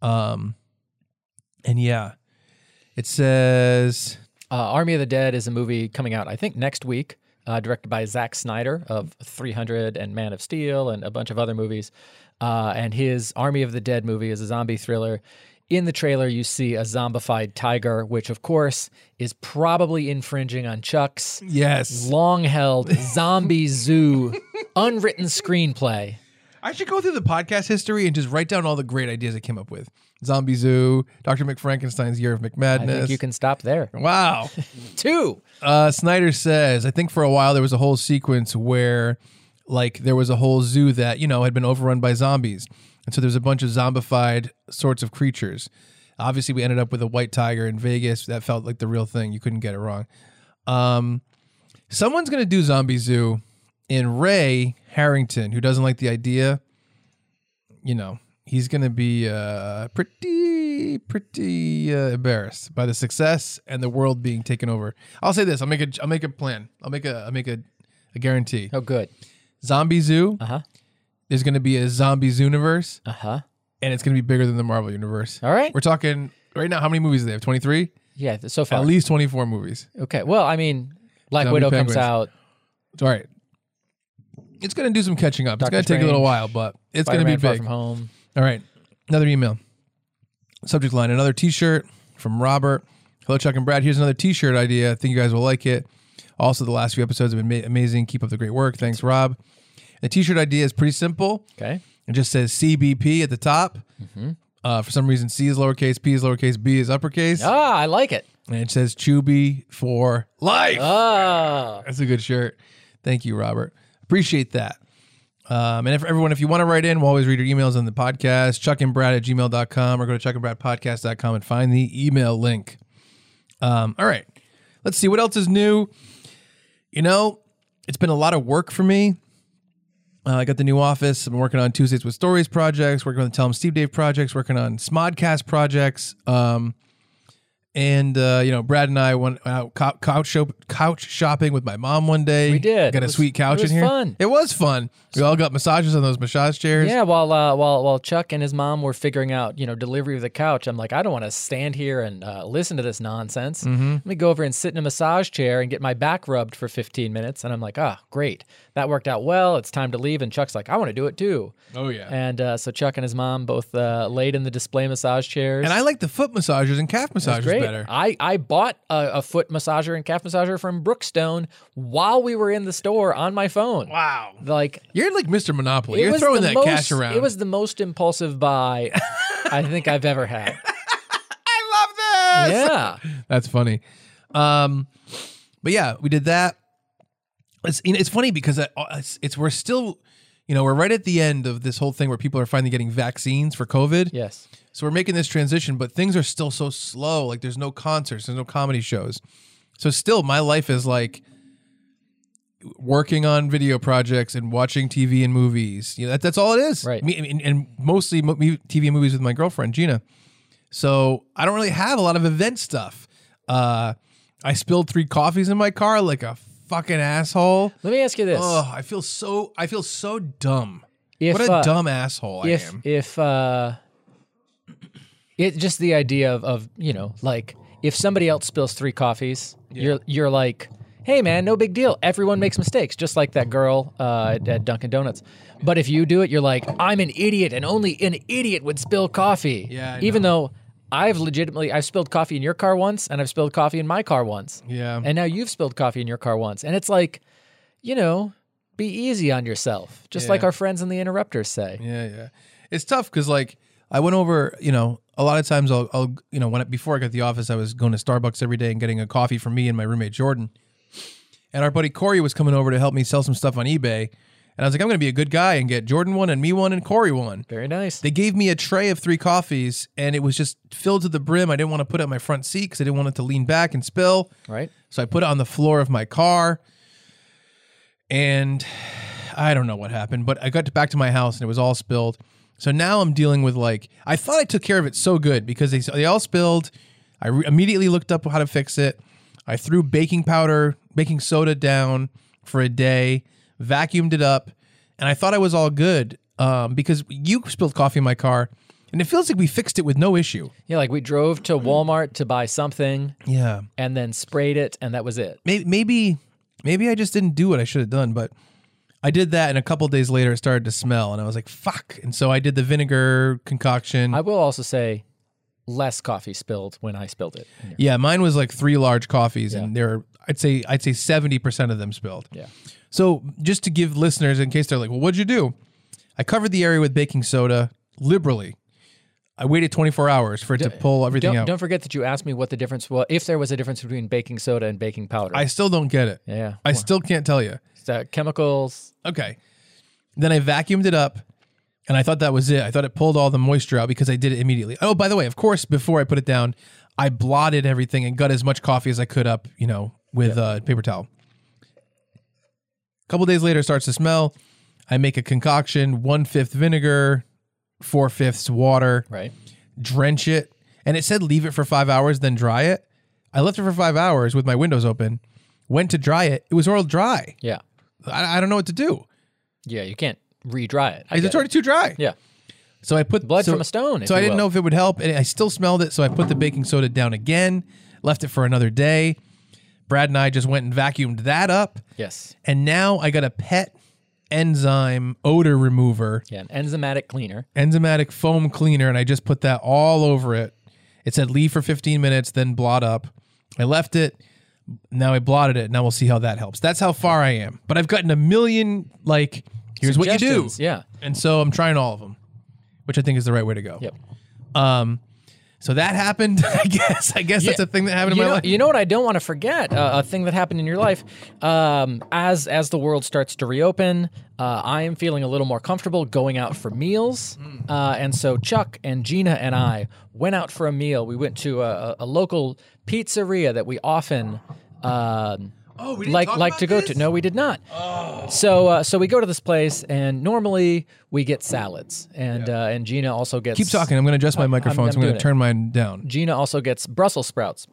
Um, and yeah, it says.
Uh, Army of the Dead is a movie coming out, I think, next week, uh, directed by Zack Snyder of 300 and Man of Steel and a bunch of other movies. Uh, and his Army of the Dead movie is a zombie thriller. In the trailer, you see a zombified tiger, which, of course, is probably infringing on Chuck's
Yes.
long held zombie zoo unwritten screenplay.
I should go through the podcast history and just write down all the great ideas I came up with. Zombie Zoo, Dr. McFrankenstein's Year of
I
McMadness.
think you can stop there.
wow.
Two.
uh, Snyder says, I think for a while there was a whole sequence where, like, there was a whole zoo that, you know, had been overrun by zombies. And so there's a bunch of zombified sorts of creatures. Obviously, we ended up with a white tiger in Vegas. That felt like the real thing. You couldn't get it wrong. Um, someone's going to do Zombie Zoo. And Ray Harrington, who doesn't like the idea, you know, he's going to be uh, pretty, pretty uh, embarrassed by the success and the world being taken over. I'll say this: I'll make a, I'll make a plan. I'll make a, I'll make a, a guarantee.
Oh, good.
Zombie Zoo.
Uh-huh.
There's going to be a Zombie Zoo universe,
Uh huh.
and it's going to be bigger than the Marvel universe.
All right.
We're talking right now. How many movies do they have? Twenty three.
Yeah, th- so far.
At least twenty four movies.
Okay. Well, I mean, Black
Zombie
Widow
penguins.
comes out.
It's all right. It's going to do some catching up. It's
Doctor
going to take a little
Strange,
while, but it's going to be
Spider-Man Far
big.
From home.
All right. Another email. Subject line Another t shirt from Robert. Hello, Chuck and Brad. Here's another t shirt idea. I think you guys will like it. Also, the last few episodes have been ma- amazing. Keep up the great work. Thanks, Rob. The t shirt idea is pretty simple.
Okay.
It just says CBP at the top.
Mm-hmm.
Uh, for some reason, C is lowercase, P is lowercase, B is uppercase.
Ah, I like it.
And it says Chubby for life.
Ah,
That's a good shirt. Thank you, Robert. Appreciate that. Um, and if everyone, if you want to write in, we'll always read your emails on the podcast, Chuck and Brad at gmail.com or go to chuckandbradpodcast.com and find the email link. Um, all right. Let's see what else is new. You know, it's been a lot of work for me. Uh, I got the new office. I've been working on Tuesdays with Stories projects, working on the Tell 'em Steve Dave projects, working on Smodcast projects. Um, And uh, you know, Brad and I went out cou- couch shop- couch shopping with my mom one day.
We did.
Got a
It was-
sweet couch
it was
in here.
fun.
It was fun. We all got massages on those massage chairs.
Yeah, while uh, while while Chuck and his mom were figuring out, you know, delivery of the couch, I'm like, I don't want to stand here and uh, listen to this nonsense. Let me go over and sit in a massage chair and get my back rubbed for 15 minutes. And I'm like, ah, great, that worked out well. It's time to leave. And Chuck's like, I want to do it too.
Oh yeah. And,
And uh, so Chuck and his mom both uh, laid in the display massage chairs.
I like the foot massagers and calf massagers
Great.
better.
I, I bought a, a foot massager and calf massager from Brookstone while we were in the store on my phone.
Wow.
Like
You're like Mr. Monopoly.
it
You're
was
throwing
the
that
most-
cash around.
It was the most impulsive buy I think I've ever had.
I love this.
Yeah.
That's funny. Um, but yeah, we did that. It's you know, it's funny because I- uh, it's, it's we're still, you know, we're right at the end of this whole thing where people are finally getting vaccines for COVID.
Yes.
So we're making this transition, but things are still so slow. Like there's no concerts, there's no comedy shows. So still, my life is like working on video projects and watching TV and movies. You know, that, that's all it is.
Right.
Me, and, and mostly mo- me- TV and movies with my girlfriend Gina. So I don't really have a lot of event stuff. Uh, I spilled three coffees in my car like a fucking asshole.
Let me ask you this.
Oh, I feel so. I feel so dumb.
if,
what a
uh,
dumb asshole I
if
am.
if uh it just the idea of, of you know, like if somebody else spills three coffees, you're you're like, hey man, no big deal. Everyone makes mistakes, just like that girl uh, at, at Dunkin' Donuts. But if you do it, you're like, I'm an idiot, and only an idiot would spill coffee.
Yeah, I
Even though I've legitimately I've spilled coffee in your car once, and I've spilled coffee in my car once.
Yeah.
And now you've spilled coffee in your car once, and it's like, you know, be easy on yourself, just like our friends in the Interrupters say.
Yeah, yeah. It's tough because like I went over, you know, a lot of times I'll, I'll you know, when I, before I got the office, I was going to Starbucks every day and getting a coffee for me and my roommate Jordan. And our buddy Corey was coming over to help me sell some stuff on eBay. And I was like, I'm going to be a good guy and get Jordan one and me one and Corey one.
Very nice.
They gave me a tray of three coffees and it was just filled to the brim. I didn't want to put it on my front seat because I didn't want it to lean back and spill.
right?
So I put it on the floor of my car. And I don't know what happened, but I got back to my house and it was all spilled. So now I'm dealing with like, I thought I took care of it so good because they, they all spilled. I re- immediately looked up how to fix it. I threw baking powder, baking soda down for a day, vacuumed it up, and I thought I was all good um, because you spilled coffee in my car. And it feels like we fixed it with no issue.
Yeah, like we drove to Walmart to buy something
Yeah.
and then sprayed it and that was it.
maybe maybe maybe I just didn't do what I should have done, but I did that, and a couple days later it started to smell, and I was like, "Fuck!" And so I did the vinegar concoction.
I will also say less coffee spilled when I spilled it.
yeah, mine was like three large coffees, and there, were- I'd say I'd say seventy percent of them spilled.
Yeah.
So just to give listeners, in case they're like, "Well, what'd you do?" I covered the area with baking soda liberally. I waited 24 hours for it to pull everything
Don't,
out.
don't forget that you asked me what the difference was if there was a difference between baking soda and baking powder.
I still don't get it.
yeah.
I still can't tell you.
So chemicals.
Okay. Then I vacuumed it up and I thought that was it. I thought it pulled all the moisture out because I did it immediately. Oh, by the way, of course, before I put it down, I blotted everything and got as much coffee as I could up, you know, with uh, paper towel. A couple days later, it starts to smell. I make a concoction, one fifth vinegar, four fifths water,
Right.
drench it. And it said leave it for five hours, then dry it. I left it for five hours with my windows open, went to dry it. It was all dry.
Yeah.
I, I don't know what to do.
Yeah. You can't re-dry it. I
It's
get it.
already too dry.
Yeah.
So I put
Blood
so-
from a stone, if
So I
you
didn't
will.
know if it would help, and I still smelled it. So I put the baking soda down again, left it for another day. Brad and I just went and vacuumed that up,
Yes.
and now I got a pet enzyme odor remover,
Yeah. An enzymatic cleaner.
enzymatic foam cleaner, and I just put that all over it. It said leave for 15 minutes, then blot up. I left it. Now I blotted it. Now we'll see how that helps. That's how far I am. But I've gotten a million like here's what you do.
Suggestions, Yeah.
And so I'm trying all of them, which I think is the right way to go.
Yep.
Um, so that happened, I guess. I guess that's a thing that happened in
you
my
know,
life.
you know what I don't want to forget? Uh, a thing that happened in your life. Um, as as the world starts to reopen, uh, I am feeling a little more comfortable going out for meals. Uh, and so Chuck and Gina and I went out for a meal. We went to a, a- a local pizzeria that we often. Um,
Oh, we didn't
like
talk
like
about
to go
this?
to. No, we did not. So uh, so we go to this place, and normally we get salads, and uh, and Gina also gets
Keep talking. I'm going to adjust my microphone.
I'm
so I'm going
doing
to
it.
turn mine down.
Gina also gets Brussels sprouts.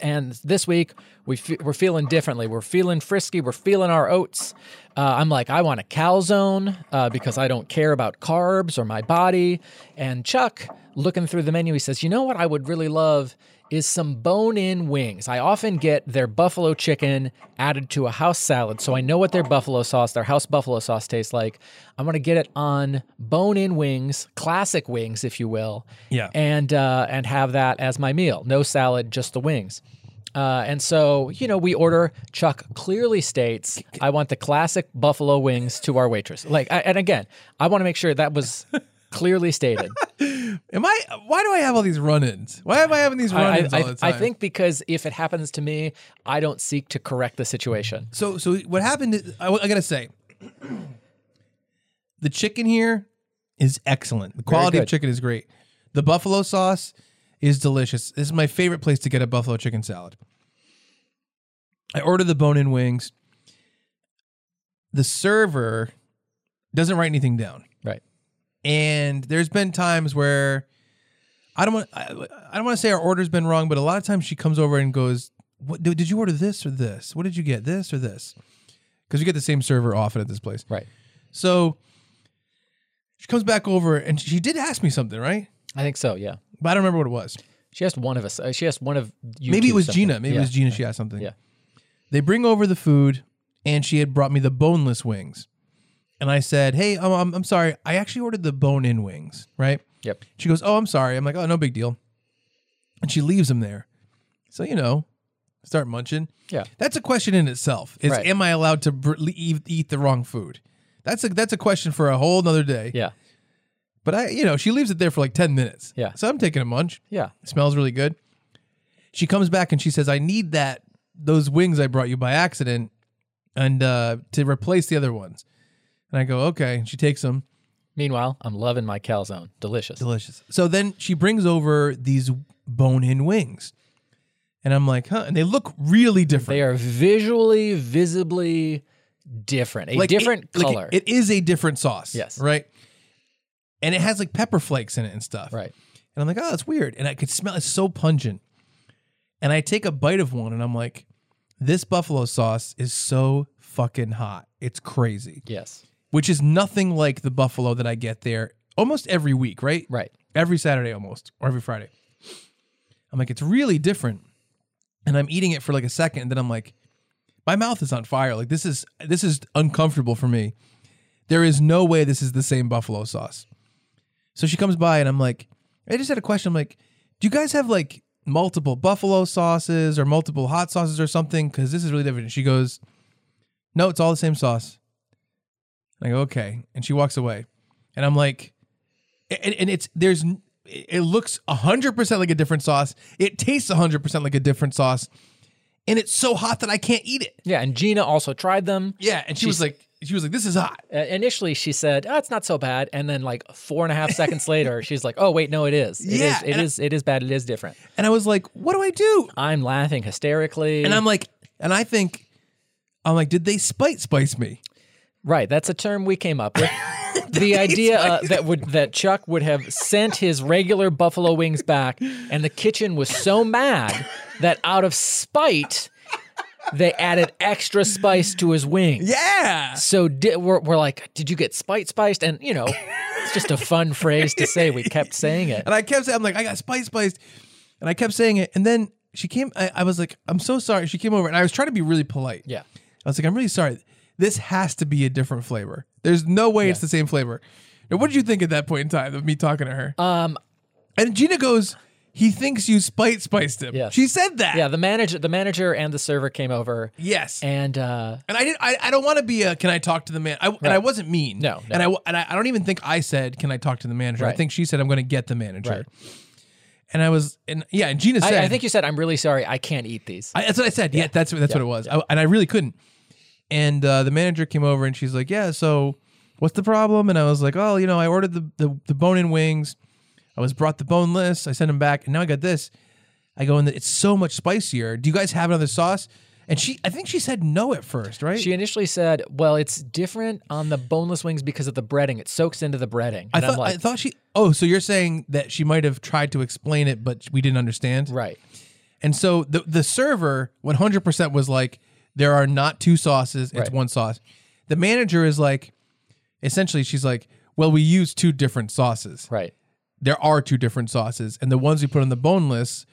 And this week we fe- we're feeling differently. We're feeling frisky. We're feeling our oats. Uh, I'm like, I want a calzone uh, because I don't care about carbs or my body. And Chuck, looking through the menu, he says, "You know what I would really love is some bone-in wings. I often get their buffalo chicken added to a house salad, so I know what their buffalo sauce, their house buffalo sauce, tastes like. I'm gonna get it on bone-in wings, classic wings, if you will.
Yeah.
and uh, and have that as my meal. No salad, just the wings. Uh, and so, you know, we order. Chuck clearly states, "I want the classic buffalo wings." To our waitress, like, I, and again, I want to make sure that was clearly stated.
Am I? Why do I have all these run-ins? Why am I having these
I,
run-ins
I-
all the
I
time?
think because if it happens to me, I don't seek to correct the situation.
so. So what happened? Is, I, I gotta say, the chicken here is excellent. The quality of
good.
chicken is great. The buffalo sauce is delicious. This is my favorite place to get a buffalo chicken salad. I ordered the bone-in wings. The server doesn't write anything down.
Right.
and there's been times where I don't want I, I don't want to say our order's been wrong, but a lot of times she comes over and goes, "What did did you order this or this? What did you get this or this?" Because we get the same server often at this place,
Right.
so she comes back over and she did ask me something, right?
I think so. Yeah.
But I don't remember what it was.
She asked one of us. Uh, she asked one of you.
Maybe
two
it was
something.
Gina. Maybe
yeah.
it was Gina. She asked something.
Yeah.
They bring over the food, and she had brought me the boneless wings, and I said, "Hey, um, I'm I'm sorry. I actually ordered the bone-in wings, right?"
Yep.
She goes, "Oh, I'm sorry." I'm like, "Oh, no big deal." And she leaves him there. So you know, start munching.
Yeah.
That's a question in itself. Is
Right.
am I allowed to br- le- eat, eat the wrong food? That's a that's a question for a whole nother day.
Yeah.
But I, you know, she leaves it there for like ten minutes.
Yeah.
So I'm taking a munch.
Yeah.
It smells really good. She comes back and she says, "I need that those wings I brought you by accident, and uh, to replace the other ones." And I go, "Okay." And she takes them.
Meanwhile, I'm loving my calzone. Delicious.
Delicious. So then she brings over these bone in wings. And I'm like, huh? And they look really different.
They are visually, visibly different. A
like it-
different
like,
color.
it is a different sauce.
Yes.
Right. And it has like pepper flakes in it and stuff.
right.
And I'm like, oh, that's weird. And I could smell it's so pungent. And I take a bite of one and I'm like, this buffalo sauce is so fucking hot. It's crazy.
Yes.
Which is nothing like the buffalo that I get there almost every week, right?
Right.
every Saturday almost, or every Friday. I'm like, it's really different. And I'm eating it for like a second, and then I'm like, my mouth is on fire. Like this is this is uncomfortable for me. There is no way this is the same buffalo sauce. So she comes by and I'm like, I just had a question. I'm like, do you guys have like multiple buffalo sauces or multiple hot sauces or something? Because this is really different. And she goes, No, it's all the same sauce. And I go, okay. And she walks away. And I'm like, and, and it's there's n- it it looks 100% like a different sauce it tastes 100% like a different sauce and it's so hot that i can't eat it
Yeah. And Gina also tried them.
yeah and she was like she was like this is hot
Uh, initially, she said, "Oh, it's not so bad," and then like four and a half seconds later, she's like, "Oh, wait, no, it is. It is.
Yeah,
It
and I-
is. It is bad. It is different."
and i was like what do i do
I'm laughing hysterically.
and i'm like and i think i'm like did they spite spice me
Right, that's a term we came up with. the idea uh, that would that Chuck would have sent his regular buffalo wings back, and the kitchen was so mad that out of spite, they added extra spice to his wings.
yeah
So di- we're, we're like, did you get spite spiced? And you know, it's just a fun phrase to say. We kept saying it.
and i kept saying i'm like i got spice spiced and i kept saying it and then she came I, I was like i'm so sorry she came over and i was trying to be really polite
Yeah,
I was like, I'm really sorry. This has to be a different flavor. There's no way it's the same flavor. Now, what did you think at that point in time of me talking to her? Um, and Gina goes, he thinks you spite spiced him.
Yes.
She said that.
yeah. The manager, the manager, and the server came over,
Yes. And,
and uh,
I didn't. I, I don't want to be a. Can I talk to the man? I, And I wasn't mean.
No, no.
And I and I, I don't even think I said, can I talk to the manager? I
Right.
think she said, I'm going to get the manager.
Right.
And I was and yeah. And Gina said,
I, I think you said, "I'm really sorry, I can't eat these."
I, that's what I said. Yeah, that's that's what it was. I, and I really couldn't. And uh, the manager came over and she's like, "Yeah, so what's the problem?" And I was like, "Oh, you know, I ordered the the, the bone in wings. I was brought the boneless. I sent them back, and now I got this. I go in. The, it's so much spicier. Do you guys have another sauce?" And she, I think she said no at first, right?
She initially said, "Well, it's different on the boneless wings because of the breading. It soaks into the breading." And
I thought,
am like,
I thought she. Oh, so you're saying that she might have tried to explain it, but we didn't understand,
"Right,
And so the the server 100% was like, there are not two sauces, it's
Right.
one sauce. The manager is like, essentially, she's like, well, we use two different sauces.
right,
There are two different sauces, and the ones we put on the boneless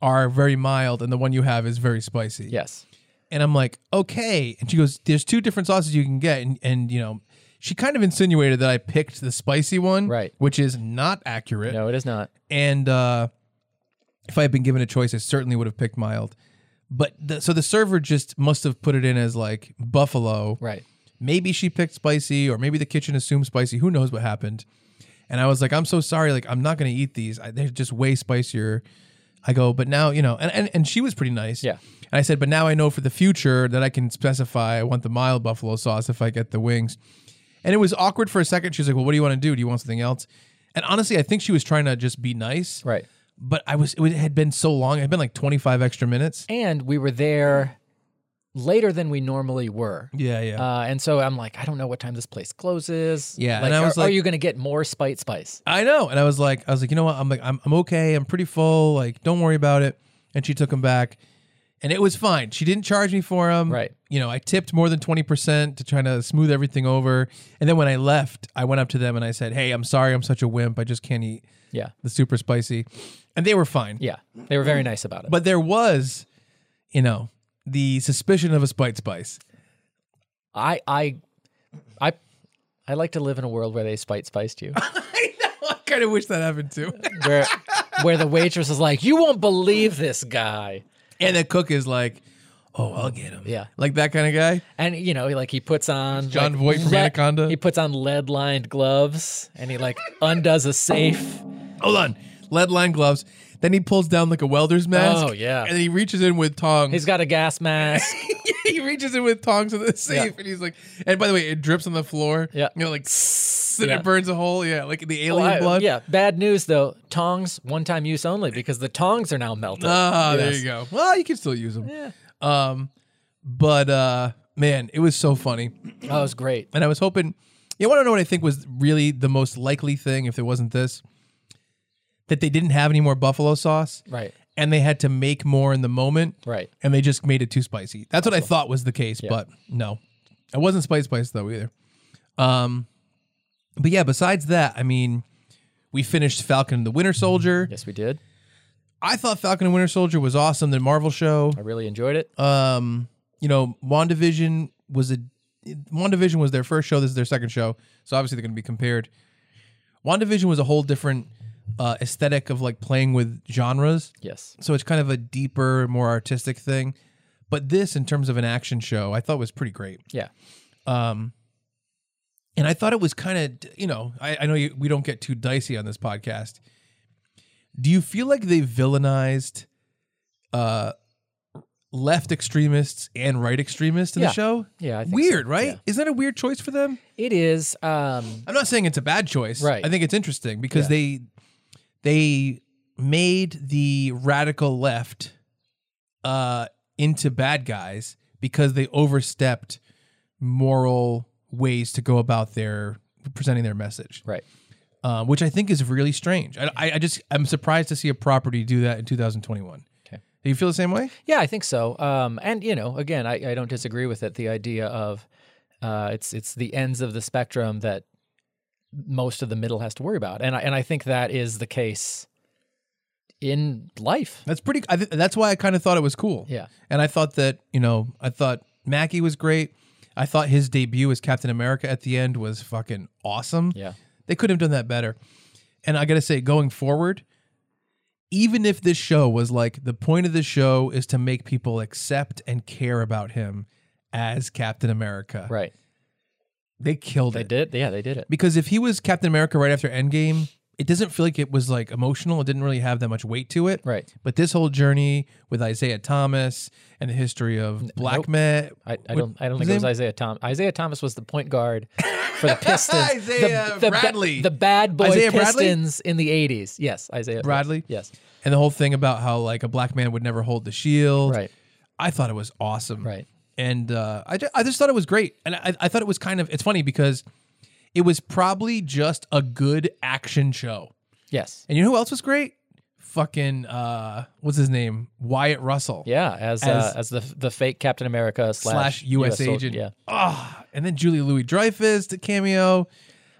are very mild, and the one you have is very spicy.
yes,
And I'm like, okay. And she goes, there's two different sauces you can get. And, and you know, she kind of insinuated that I picked the spicy one,
Right.
which is not accurate.
no, it is not."
And uh, if I had been given a choice, I certainly would have picked mild. But the, so the server just must have put it in as like buffalo.
Right.
Maybe she picked spicy, or maybe the kitchen assumed spicy. Who knows what happened? And I was like, I'm so sorry. Like, I'm not going to eat these. I, they're just way spicier. I go, but now, you know, and, and, and she was pretty nice.
Yeah.
And I said, but now I know for the future that I can specify I want the mild buffalo sauce if I get the wings. And it was awkward for a second. She was like, well, what do you want to do? Do you want something else? And honestly, I think she was trying to just be nice.
Right.
But I was, it was- it had been so long. It had been like 25 extra minutes.
And we were there later than we normally were.
Yeah, yeah.
Uh, and so I'm like, I don't know what time this place closes.
Yeah,
Like,
and I
are-
was
are
like-
you going to get more spite spice?
I know. And I was like, I was like, you know what? I'm like, I'm, I'm okay. I'm pretty full. Like, don't worry about it. And she took him back. And it was fine. She didn't charge me for him.
Right.
You know, I tipped more than 20% to try to smooth everything over. And then when I left, I went up to them and I said, hey, I'm sorry. I'm such a wimp. I just can't eat
Yeah.
the super spicy. And they were fine.
Yeah. They were very nice about it.
But there was, you know, the suspicion of a spite spice.
I, I, I, I like to live in a world where they spite spiced you,
I kind of wish that happened too.
where, where the waitress is like, you won't believe this guy.
and the cook is like, oh, I'll get him.
Yeah.
Like that kind of guy.
And you know, he, like he puts on
John
like,
Voight from
lead-
Anaconda.
He puts on lead lined gloves and he like undoes a safe.
hold on, lead line gloves. Then he pulls down like a welder's mask.
Oh, yeah.
and he reaches in with tongs.
He's got a gas mask.
he reaches in with tongs to the safe, and he's like, and by the way, it drips on the floor.
Yeah.
you know, like, "Sss," and
Yeah.
it burns a hole. Yeah, like the alien
Well, I-
blood.
Yeah. Bad news though. Tongs, one time use only, because the tongs are now melted.
Ah, there
Yes.
you go. Well, you can still use them. Yeah. Um, but uh, man, it was so funny,
That was great.
and I was hoping. You want to know what I think was really the most likely thing if there wasn't this? That they didn't have any more buffalo sauce.
Right.
and they had to make more in the moment.
Right.
And they just made it too spicy. That's what I thought was the case, but no. It wasn't spice spice though either. Um but yeah, besides that, I mean, we finished Falcon and the Winter Soldier.
Yes, we did.
I thought Falcon and Winter Soldier was awesome, the Marvel show.
I really enjoyed it.
Um, you know, WandaVision was a WandaVision was their first show, this is their second show. So obviously they're going to be compared. WandaVision was a whole different uh, aesthetic of like playing with genres
yes.
so it's kind of a deeper, more artistic thing. But this, in terms of an action show, I thought was pretty great.
Yeah.
And I thought it was kind of, you know, I, I know you, we don't get too dicey on this podcast. Do you feel like they villainized uh, left extremists and right extremists in
Yeah.
the show?
Yeah, I think so.
weird, right?
Yeah.
Isn't that a weird choice for them?
It is. Um
I'm not saying it's a bad choice.
Right.
I think it's interesting because
Yeah.
they they made the radical left uh into bad guys because they overstepped moral ways to go about their presenting their message,
right.
uh, which I think is really strange. I, I I just I'm surprised to see a property do that in 2021.
Okay.
Do you feel the same way?
Yeah, I think so. Um and you know, again, I, I don't disagree with it. The idea of uh it's it's the ends of the spectrum that most of the middle has to worry about. And I and I think that is the case in life.
That's pretty. I th- that's why I kind of thought it was cool.
Yeah.
And I thought that, you know, I thought Mackey was great. I thought his debut as Captain America at the end was fucking awesome.
Yeah.
They could have done that better. And I got to say, going forward, even if this show was like the point of the show is to make people accept and care about him as Captain America,
Right.
they killed
They
it.
did. Yeah, they did it.
Because if he was Captain America right after Endgame, it doesn't feel like it was like emotional. It didn't really have that much weight to it.
Right.
But this whole journey with Isaiah Thomas and the history of black
nope.
men.
I, I
What-
don't. I don't
his
think it was
name-
Isaiah Thomas. Isaiah Thomas was the point guard for the Pistons. The-
Isaiah
the, ba-
Bradley.
the bad boy
Isaiah Bradley?
Pistons in the '80s. Yes, Isaiah
Bradley?
Yes,
And the whole thing about how like a black man would never hold the shield.
right.
I thought it was awesome.
Right.
And uh, I, ju- I just thought it was great. And I, I thought it was kind of, it's funny because it was probably just a good action show.
Yes.
And you know who else was great? Fucking, uh, what's his name? Wyatt Russell.
Yeah, as
As-
uh, as the the fake Captain America slash,
Slash US,
soldier.
agent.
Yeah.
Ah, and then Julie Louis Dreyfus to cameo.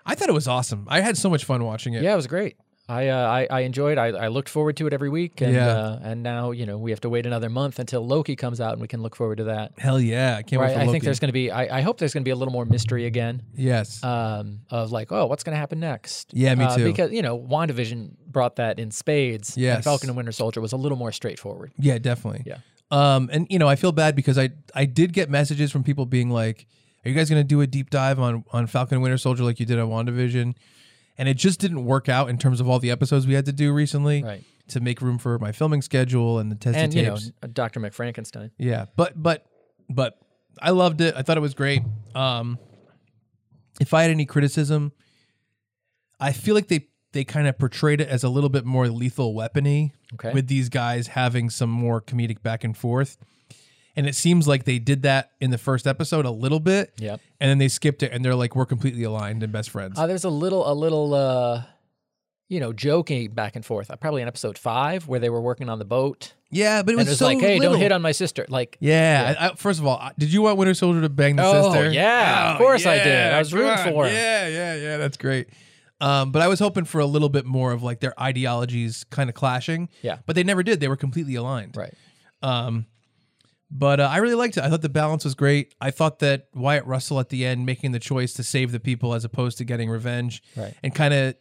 I thought it was awesome. I had so much fun watching it.
Yeah, it was great. I uh, I, I enjoyed. I, I looked forward to it every week, and
Yeah.
uh, and now you know we have to wait another month until Loki comes out, and we can look forward to that.
Hell yeah. I can't
Right?
wait for
I
Loki.
think there's going to be. I, I hope there's going to be a little more mystery again.
Yes.
Um, of like, oh, what's going to happen next?
Yeah, me
Uh,
too.
because you know, Wandavision brought that in spades. and
Yes.
Falcon and Winter Soldier was a little more straightforward.
Yeah, definitely.
Yeah.
Um, and you know, I feel bad because I I did get messages from people being like, "Are you guys gonna do a deep dive on on Falcon and Winter Soldier like you did on WandaVision?" And it just didn't work out in terms of all the episodes we had to do recently
Right.
to make room for my filming schedule and the testing
And you know,
tapes.
Doctor McFrankenstein.
Yeah, but but but I loved it. I thought it was great. Um, if I had any criticism, I feel like they they kind of portrayed it as a little bit more lethal weapony
Okay.
with these guys having some more comedic back and forth. And it seems like they did that in the first episode a little bit.
Yep.
And then they skipped it and they're like, we're completely aligned and best friends.
Uh, there's a little, a little, uh, you know, joking back and forth. Uh, probably in episode five where they were working on the boat,
yeah, but it was,
and it was
so
like, "Hey,
little.
don't hit on my sister." Like,
Yeah. I, I, first of all, I- did you want Winter Soldier to bang the
Oh,
sister?
yeah, of course I did. I was
come
rooting for him.
Yeah, yeah, yeah. That's great. Um, but I was hoping for a little bit more of like their ideologies kind of clashing.
Yeah.
But they never did. They were completely aligned.
right,
But uh, I really liked it. I thought the balance was great. I thought that Wyatt Russell at the end making the choice to save the people as opposed to getting revenge
Right.
and kind of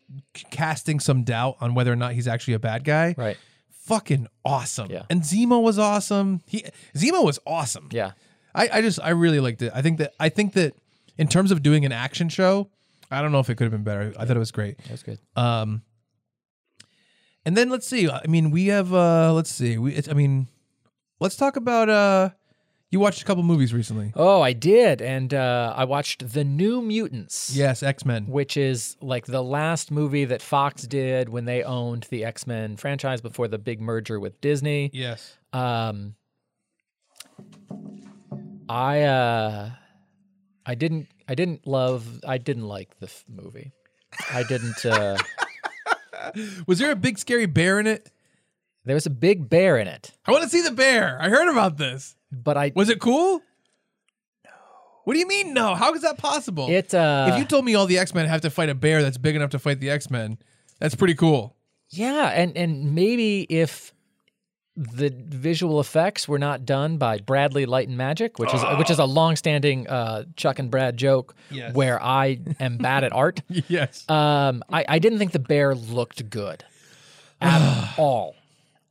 casting some doubt on whether or not he's actually a bad guy.
right,
Fucking awesome.
Yeah.
And Zemo was awesome. He Zemo was awesome.
yeah,
I, I just I really liked it. I think that I think that in terms of doing an action show, I don't know if it could have been better. I thought it was great.
that was good.
Um, and then let's see. I mean, we have uh, let's see. We it's, I mean, let's talk about uh, you watched a couple movies recently.
Oh, I did, and uh, I watched the New Mutants.
Yes, X Men.
Which is like the last movie that Fox did when they owned the X Men franchise before the big merger with Disney.
Yes.
Um, I uh, I didn't I didn't love I didn't like the f- movie. I didn't. Uh,
Was there a big scary bear in it?
there was a big bear in it,
I want to see the bear. I heard about this.
but I
Was it cool? No. What do you mean no? How is that possible?
it. Uh,
if you told me all the X Men have to fight a bear that's big enough to fight the X Men, that's pretty cool.
yeah, and and maybe if the visual effects were not done by Bradley Light and Magic, which is which is a longstanding uh, Chuck and Brad joke,
Ah. Yes.
where I am bad at art.
Yes.
Um, I, I didn't think the bear looked good at all.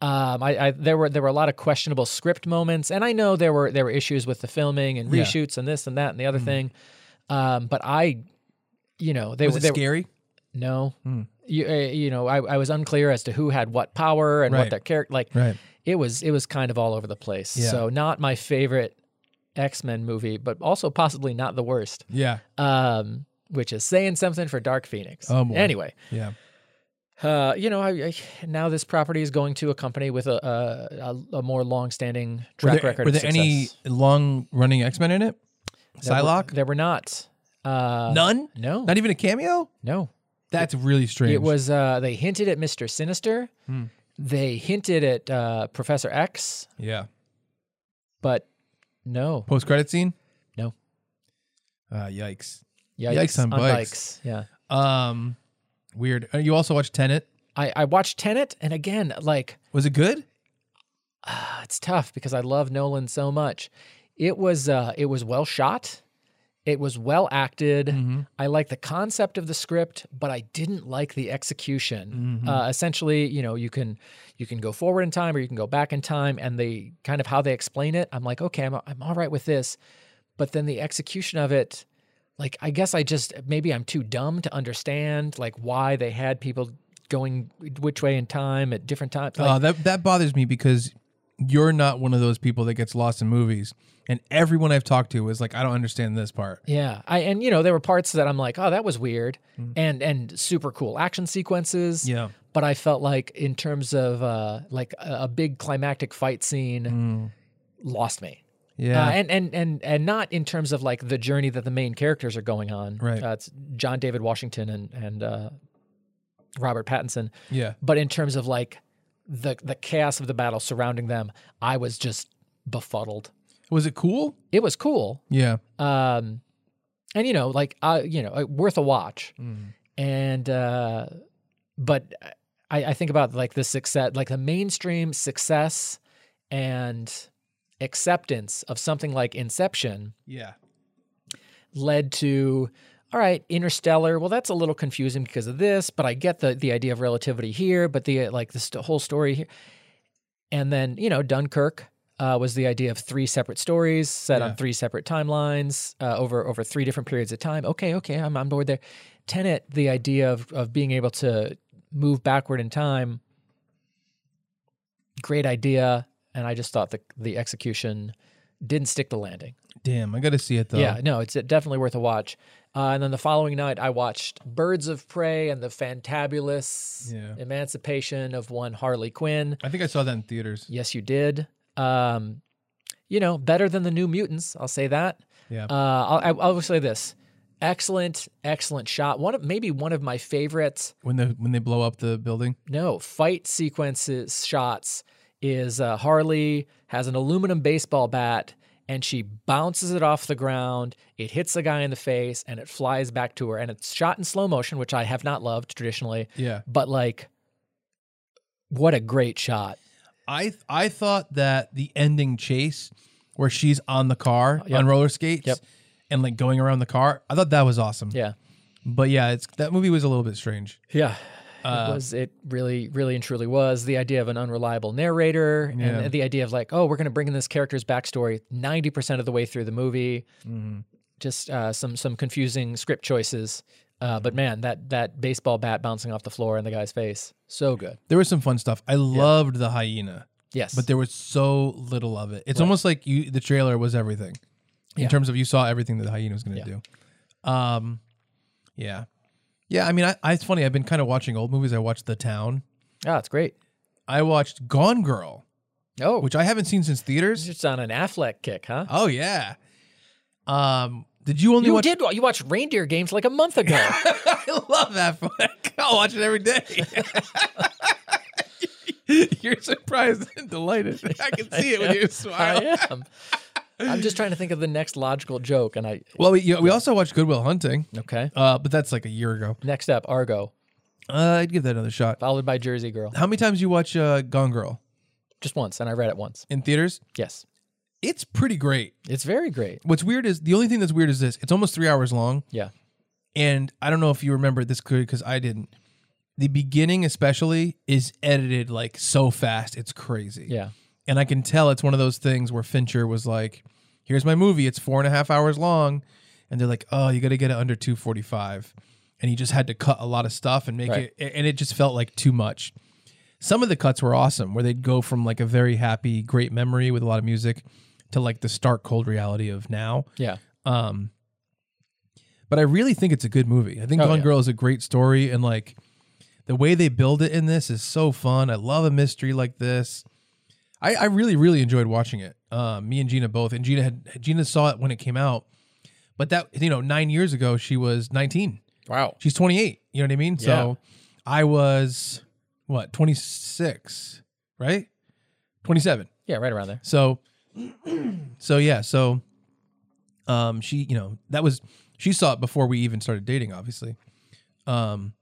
Um, I, I there were there were a lot of questionable script moments, and I know there were there were issues with the filming and
Yeah. Hmm.
reshoots and this and that and the other thing. Um, but I, you know, they
was
were
it
they were-
scary? Hmm.
No, you uh, you know, I, I was unclear as to who had what power and
Right.
what their character like.
Right.
It was it was kind of all over the place.
Yeah.
So not my favorite X Men movie, but also possibly not the worst.
Yeah.
Um, which is saying something for Dark Phoenix.
Oh, boy.
Anyway,
Yeah.
uh, you know, I, I, now this property is going to a company with a a, a, a more long-standing track record.
Were
of
there any
success.
long running X Men in it?
There were-
Psylocke?
There were not. Uh,
None?
No.
Not even a cameo?
no.
That's really strange. Hmm.
It was. Uh, they hinted at Mister Sinister. They hinted at uh, Professor X,
Yeah.
but no,
Post credit scene?
no.
Uh, yikes.
Yikes,
Yikes on bikes.
Yeah.
Um, weird. Uh, You also watched Tenet.
I, I watched Tenet, and again, like uh,
Was it good?
it's tough because I love Nolan so much. It was uh, it was well shot. It was well acted.
Mm-hmm.
I like the concept of the script, but I didn't like the execution. Uh, essentially, you know, you can you can go forward in time or you can go back in time, and they kind of how they explain it. I'm like, okay, I'm I'm all right with this, but then the execution of it, like I guess I just maybe I'm too dumb to understand like why they had people going which way in time at different times. Like,
uh, that, that bothers me because you're not one of those people that gets lost in movies. And everyone I've talked to is like, I don't understand this part.
Yeah, I and you know there were parts that I'm like, oh, that was weird, and and super cool action sequences.
Yeah.
but I felt like in terms of uh, like a, a big climactic fight scene, lost me.
Mm. Yeah.
Uh, and and and and not in terms of like the journey that the main characters are going on.
Right.
Uh, it's John David Washington and and uh, Robert Pattinson.
yeah.
But in terms of like the the chaos of the battle surrounding them, I was just befuddled.
Was it cool?
It was cool,
Yeah.
um, and you know, like I, you know, uh, worth a watch.
Mm.
And uh, but I, I think about like the success, like the mainstream success and acceptance of something like Inception
Yeah.
led to all right interstellar well that's a little confusing because of this but i get the the idea of relativity here but the uh, like the st- whole story here and then you know dunkirk uh, was the idea of three separate stories set
Yeah.
on three separate timelines uh, over over three different periods of time okay okay i'm on board there tenet the idea of of being able to move backward in time great idea and i just thought the the execution didn't stick the landing
Damn, I got to see it though.
yeah, no, it's definitely worth a watch. Uh, and then the following night, I watched Birds of Prey and the Fantabulous
Yeah.
Emancipation of One Harley Quinn.
I think I saw that in theaters.
Yes, you did. Um, you know, better than the New Mutants. I'll say that.
Yeah.
Uh, I'll, I, I'll say this: excellent, excellent shot. One of maybe one of my favorite
When the when they blow up the building.
no fight sequences shots is uh, Harley has an aluminum baseball bat and she bounces it off the ground. It hits the guy in the face and it flies back to her. And it's shot in slow motion, which I have not loved traditionally,
Yeah.
but like, what a great shot!
I I thought that the ending chase where she's on the car
Yep.
on roller skates
Yep.
and like going around the car, I thought that was awesome.
Yeah,
But yeah, it's that movie was a little bit strange. Uh,
yeah. it was it really, really and truly was the idea of an unreliable narrator
Yeah.
and the idea of like, oh, we're going to bring in this character's backstory ninety percent of the way through the movie. just uh, some some confusing script choices. Uh,
Mm-hmm.
but man, that that baseball bat bouncing off the floor in the guy's face, so good.
There was some fun stuff. I loved the hyena,
Yes,
but there was so little of it. It's almost like you the trailer was everything. In
Yeah.
terms of you saw everything that the hyena was going to
Yeah.
do. Um yeah. Yeah, I mean I, I it's funny. I've been kind of watching old movies. I watched The Town.
ah, it's great.
I watched Gone Girl,
Oh,
which I haven't seen since theaters.
it's just on an Affleck kick, huh?
Oh yeah. Um, did you only
you
watch?
did you watched Reindeer Games like a month ago?
I love that. Fun. I watch it every day. you're surprised and delighted. I can see it when you smile.
I am. I'm just trying to think of the next logical joke, and I
Well, we, yeah, we also watched Goodwill Hunting,
okay.
uh, but that's like a year ago.
Next up, Argo,
Uh, I'd give that another shot.
followed by Jersey Girl,
How many times you watch uh, Gone Girl
just once, and I read it once.
in theaters?
Yes,
It's pretty great.
it's very great.
What's weird is the only thing that's weird is this. It's almost three hours long.
Yeah,
and I don't know if you remember this clearly because I didn't. The beginning, especially, is edited like so fast, it's crazy.
yeah,
And I can tell it's one of those things where Fincher was like, "Here's my movie. It's four and a half hours long," and they're like, "Oh, you got to get it under two forty-five. And he just had to cut a lot of stuff and make
Right.
it, and it just felt like too much. Some of the cuts were awesome, where they'd go from like a very happy, great memory with a lot of music to like the stark, cold reality of now.
yeah.
Um, but I really think it's a good movie. I think
Oh,
Gone
yeah.
Girl is a great story, and like the way they build it in this is so fun. I love a mystery like this. I, I really, really enjoyed watching it. Um, me and Gina both, and Gina had Gina saw it when it came out, but that you know nine years ago she was nineteen.
Wow.
She's twenty eight. You know what I mean? So I was what twenty six, right? Twenty seven.
Yeah, right around there.
So, so yeah, so, um, she, you know, that was she saw it before we even started dating, obviously. Um,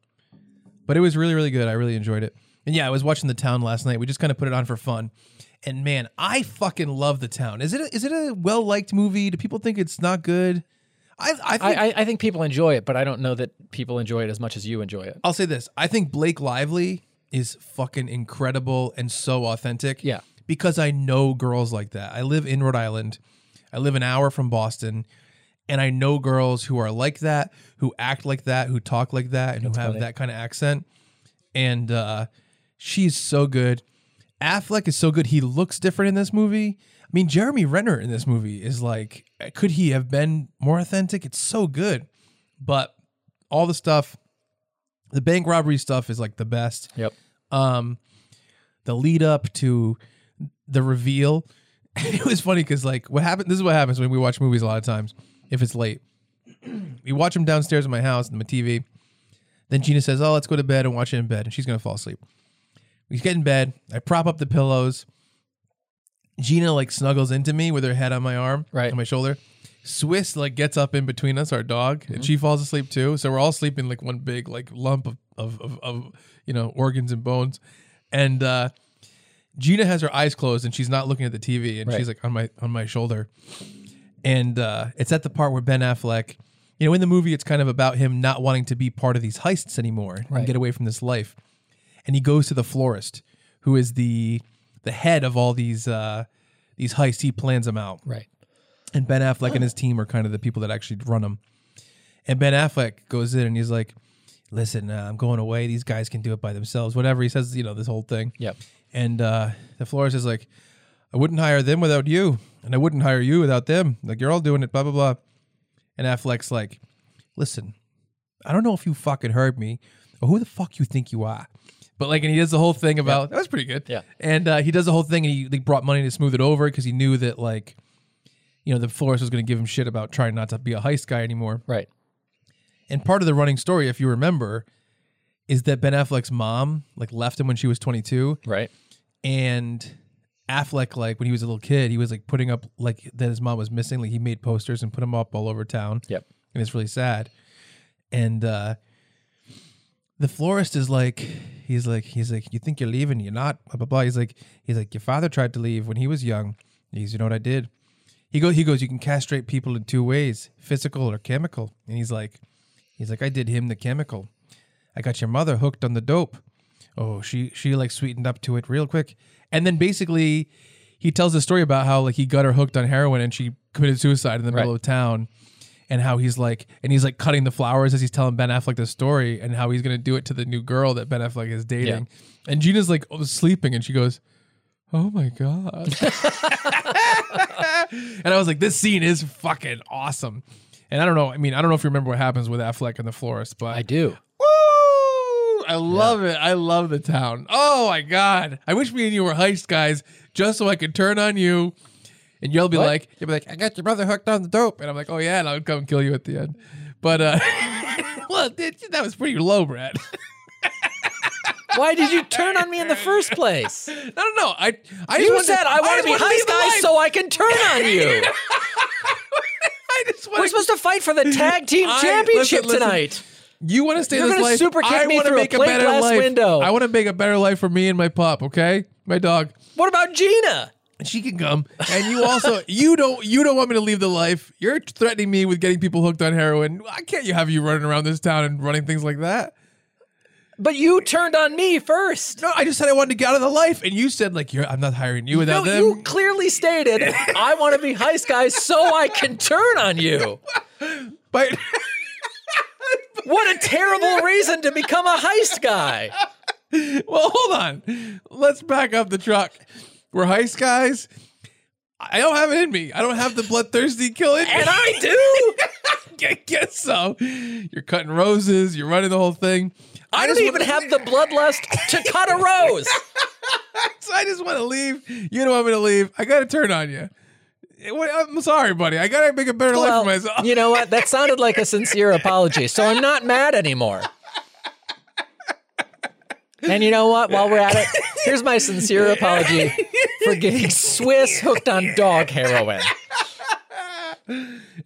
but it was really, really good. I really enjoyed it. And yeah, I was watching The Town last night. We just kind of put it on for fun. And man, I fucking love The Town. Is it a, is it a well liked movie? Do people think it's not good? I I think
I, I, I think people enjoy it, but I don't know that people enjoy it as much as you enjoy it.
I'll say this. I think Blake Lively is fucking incredible and so authentic.
Yeah.
Because I know girls like that. I live in Rhode Island. I live an hour from Boston. And I know girls who are like that, who act like that, who talk like that, and who have that kind of accent. And uh, she's so good. Affleck is so good. He looks different in this movie. I mean, Jeremy Renner in this movie is like, could he have been more authentic? It's so good. But all the stuff, the bank robbery stuff is like the best.
Yep.
Um, the lead up to the reveal it was funny because like what happened. This is what happens when we watch movies a lot of times. If it's late, we watch them downstairs in my house and my TV. Then Gina says, "Oh, let's go to bed and watch it in bed," and she's gonna fall asleep. We get in bed. I prop up the pillows. Gina like snuggles into me with her head on my arm,
Right.
on my shoulder. Swiss like gets up in between us, our dog, and she falls asleep too. So we're all sleeping like one big like lump of of of, of you know organs and bones, and uh, Gina has her eyes closed and she's not looking at the TV, and
Right.
she's like on my on my shoulder, and uh, it's at the part where Ben Affleck, you know, in the movie, it's kind of about him not wanting to be part of these heists anymore
Right.
and get away from this life, and he goes to the florist, who is the the head of all these uh, these heists. He plans them out
Right.
and Ben Affleck and his team are kind of the people that actually run them. And Ben Affleck goes in and he's like, "Listen, uh, I'm going away. These guys can do it by themselves. Whatever." He says, you know, this whole thing.
Yep.
And uh, the florist is like, "I wouldn't hire them without you, and I wouldn't hire you without them. Like you're all doing it. Blah blah blah." And Affleck's like, "Listen, I don't know if you fucking heard me, or who the fuck you think you are." But like, and he does the whole thing about that was pretty good.
Yeah.
And uh, he does the whole thing, and he like, brought money to smooth it over because he knew that like you know, the florist was going to give him shit about trying not to be a heist guy anymore.
Right.
And part of the running story, if you remember, is that Ben Affleck's mom like left him when she was 22,
Right.
and Affleck like when he was a little kid, he was like putting up like that his mom was missing. Like he made posters and put them up all over town.
Yep.
and it's really sad. And uh, the florist is like, he's like, he's like, you think you're leaving? You're not. Blah blah blah. He's like, he's like, your father tried to leave when he was young. He's, you know what I did? He goes, he goes. You can castrate people in two ways: physical or chemical. And he's like, he's like, I did him the chemical. I got your mother hooked on the dope. Oh, she she like sweetened up to it real quick. And then basically, he tells a story about how like he got her hooked on heroin and she committed suicide in the middle
Right.
of town and how he's like, and he's like cutting the flowers as he's telling Ben Affleck the story, and how he's gonna do it to the new girl that Ben Affleck is dating. And Gina's like oh, sleeping, and she goes, "Oh my god!" and I was like, "This scene is fucking awesome." And I don't know. I mean, I don't know if you remember what happens with Affleck and the florist, but
I do.
Woo! I love it. I love the town. Oh my god! I wish me and you were heist guys, just so I could turn on you, and you'll be
What?
like, you'll be like, I got your brother hooked on the dope, and I'm like, oh yeah, and I'll come kill you at the end. But uh, well, that that was pretty low, Brad.
Why did you turn on me in the first place?
I don't know. I I just
You
wanted-
said I want
just
to be
wanted
high
the
guy
life.
so I can turn on you.
I just
We're
want
supposed to fight for the tag team
I-
championship
listen, listen.
tonight.
You want to stay
You're
this
gonna
life?
super kick
I
me
wanna
through a
make a,
plate
better
glass
life.
window.
I want to make a better life for me and my pup. Okay, my dog.
What about Gina?
she can come and you also you don't you don't want me to leave the life you're threatening me with getting people hooked on heroin i can't you have you running around this town and running things like that
But you turned on me first.
no i just said i wanted to get out of the life and you said like you're i'm not hiring you
No,
without them
you clearly stated I want to be heist guy so I can turn on you.
but
What a terrible reason to become a heist guy.
well hold on let's back up the truck we're heist guys i don't have it in me i don't have the bloodthirsty kill in me
And I do.
i guess so you're cutting roses you're running the whole thing
I
just
don't even
wanna-
have the bloodlust to cut a rose.
So I just want to leave. You don't want me to leave. I got to turn on you. It- what- I'm sorry, buddy. I got to make a better life for myself.
Well, you know what? That sounded like a sincere apology. So I'm not mad anymore. And you know what? While we're at it, here's my sincere apology for getting Swiss hooked on dog heroin.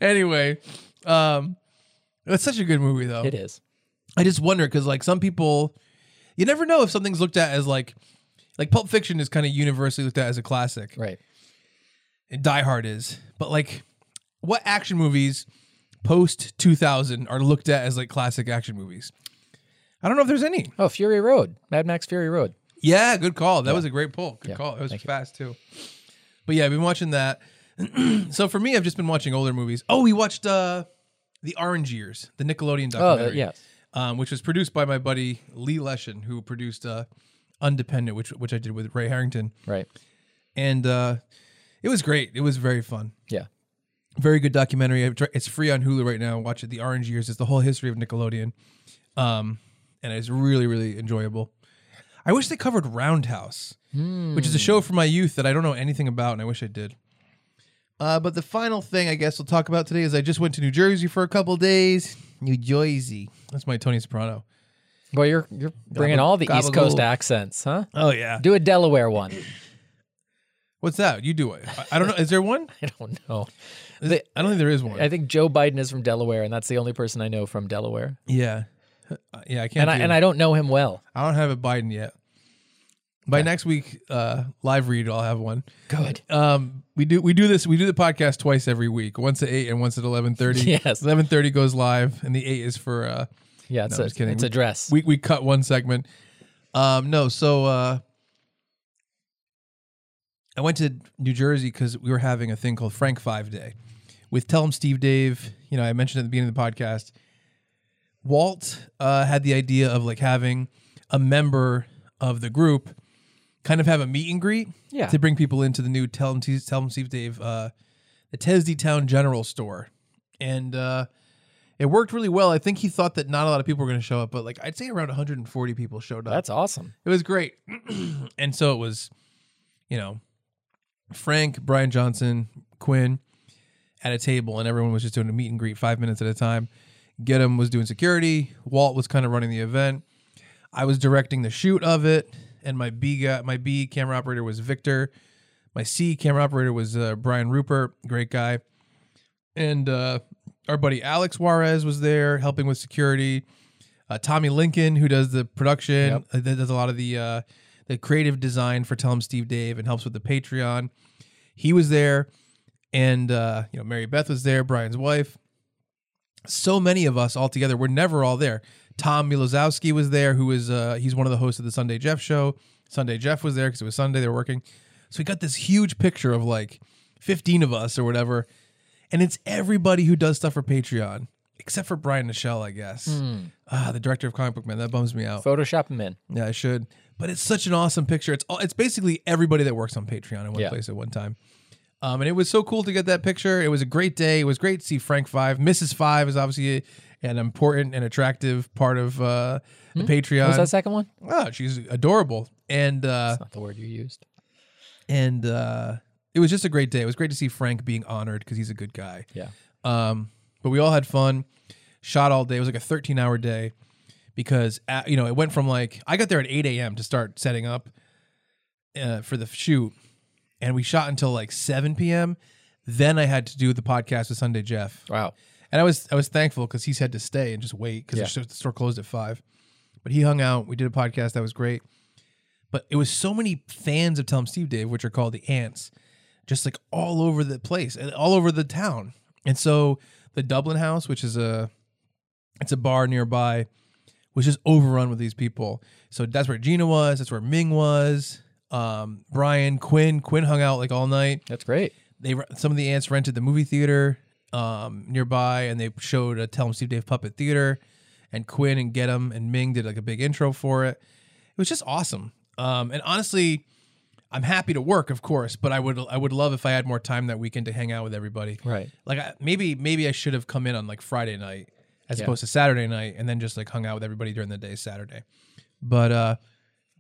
Anyway, um, that's such a good movie, though.
It is.
I just wonder because, like, some people, you never know if something's looked at as like, like Pulp Fiction is kind of universally looked at as a classic,
Right.
and Die Hard is, but like, what action movies post 2000 are looked at as like classic action movies? I don't know if there's any.
Oh, Fury Road. Mad Max Fury Road.
Yeah, good call. That was a great pull. Good
Yeah,
call. It was
thank you.
fast too. But yeah, I've been watching that. so for me, I've just been watching older movies. Oh, we watched uh the Orange Years, the Nickelodeon
Oh,
documentary.
that, yes.
Um, which was produced by my buddy Lee Leshin, who produced uh Undependent, which which I did with Ray Harrington.
Right.
And uh it was great. It was very fun.
Yeah.
Very good documentary. I've tr- It's free on Hulu right now. Watch it. The Orange Years is the whole history of Nickelodeon. Um, and it's really, really enjoyable. I wish they covered Roundhouse, which is a show from my youth that I don't know anything about, and I wish I did. Uh, but the final thing I guess we'll talk about today is I just went to New Jersey for a couple days. New Jersey. That's my Tony Soprano.
Well, you're you're bringing
Gobble-
all the East Coast
gobble.
accents, huh?
Oh yeah.
Do a Delaware one.
What's that? You do it. I- I don't know. Is there one?
I don't know.
Is-
The-
I don't think there is one.
I think Joe Biden is from Delaware, and that's the only person I know from Delaware.
yeah. Uh, Yeah, I can't.
And I
do-
and I don't know him well.
I don't have a Biden yet. By next week, uh, live read, I'll have one.
Good.
Um, we do we do this we do the podcast twice every week, once at eight and once at eleven thirty.
Yes.
eleven thirty goes live, and the eight is for uh,
Yeah, it's
No,
a
just kidding.
it's a dress.
we we cut one segment. Um, no, so uh, I went to New Jersey because we were having a thing called Frank Five Day with Tell 'em Steve Dave. You know, I mentioned at the beginning of the podcast. Walt uh, had the idea of like having a member of the group kind of have a meet and greet
Yeah.
to bring people into the new Tell 'em Steve, Tell 'em Steve Dave, uh, the Tesdy Town General Store, and. Uh, it worked really well. I think he thought that not a lot of people were going to show up, but like I'd say around 140 people showed up.
That's awesome.
it was great. and so it was, you know, Frank, Brian Johnson, Quinn at a table, and everyone was just doing a meet and greet five minutes at a time. Get'em was doing security. Walt was kind of running the event. I was directing the shoot of it, and my B guy, my B camera operator was Victor. My C camera operator was uh, Brian Rupert, great guy, and uh, our buddy Alex Juarez was there helping with security. Uh, Tommy Lincoln, who does the production, uh, that does a lot of the uh, the creative design for Tell Him Steve Dave and helps with the Patreon. He was there, and uh, you know Mary Beth was there, Brian's wife. So many of us all together. We're never all there. Tom Milozowski was there, who is uh, he's one of the hosts of the Sunday Jeff show. Sunday Jeff was there because it was Sunday. They were working, so we got this huge picture of like fifteen of us or whatever, and it's everybody who does stuff for Patreon except for Brian Nichelle, I guess. Ah, the director of Comic Book Man. That bums me out.
Photoshop him in.
Yeah, I should. But it's such an awesome picture. It's all, it's basically everybody that works on Patreon in one
Yeah.
place at one time. Um, and it was so cool to get that picture. It was a great day. It was great to see Frank Five. Mrs. Five is obviously a- an important and attractive part of uh, the Patreon.
Hmm? What was that second one?
Oh, she's adorable. And uh,
That's not the word you used.
and uh, it was just a great day. It was great to see Frank being honored because he's a good guy.
Yeah.
Um, but we all had fun. Shot all day. It was like a 13 hour day because uh you know it went from like I got there at 8 a.m. to start setting up uh, for the shoot, and we shot until like 7 p.m. Then I had to do the podcast with Sunday Jeff,
Wow.
and I was I was thankful because he's had to stay and just wait because
Yeah.
the store closed at five. But he hung out. We did a podcast that was great. But it was so many fans of Tell 'em Steve Dave, which are called the Ants, just like all over the place and all over the town. And so the Dublin House, which is a it's a bar nearby, was just overrun with these people. So that's where Gina was. That's where Ming was. Um, Brian Quinn Quinn hung out like all night
That's great.
they re- some of the ants rented the movie theater um, nearby, and they showed a Tell 'em Steve Dave puppet theater, and Quinn and Get 'em and Ming did like a big intro for it. It was just awesome. Um, and honestly, I'm happy to work, of course, but I would I would love if I had more time that weekend to hang out with everybody.
Right.
Like I, maybe maybe I should have come in on like Friday night as
Yeah.
opposed to Saturday night, and then just like hung out with everybody during the day Saturday. But uh,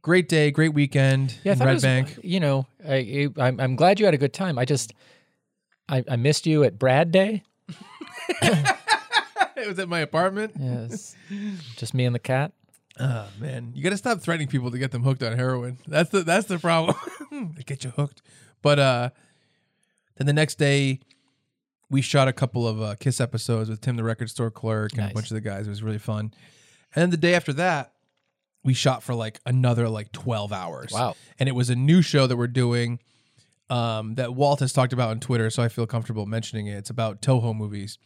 great day, great weekend.
Yeah, I
in
thought it
Red
was-
Bank.
You know, I, I I'm, I'm glad you had a good time. I just I, I missed you at Brad Day.
it was at my apartment.
Yes. just me and the cat.
Oh man, you got to stop threatening people to get them hooked on heroin. That's the that's the problem. They get you hooked. But uh then the next day we shot a couple of uh, Kiss episodes with Tim the record store clerk and
Nice.
a bunch of the guys. It was really fun. And then the day after that, we shot for like another like 12 hours.
Wow.
And it was a new show that we're doing um that Walt has talked about on Twitter, so I feel comfortable mentioning it. It's about Toho movies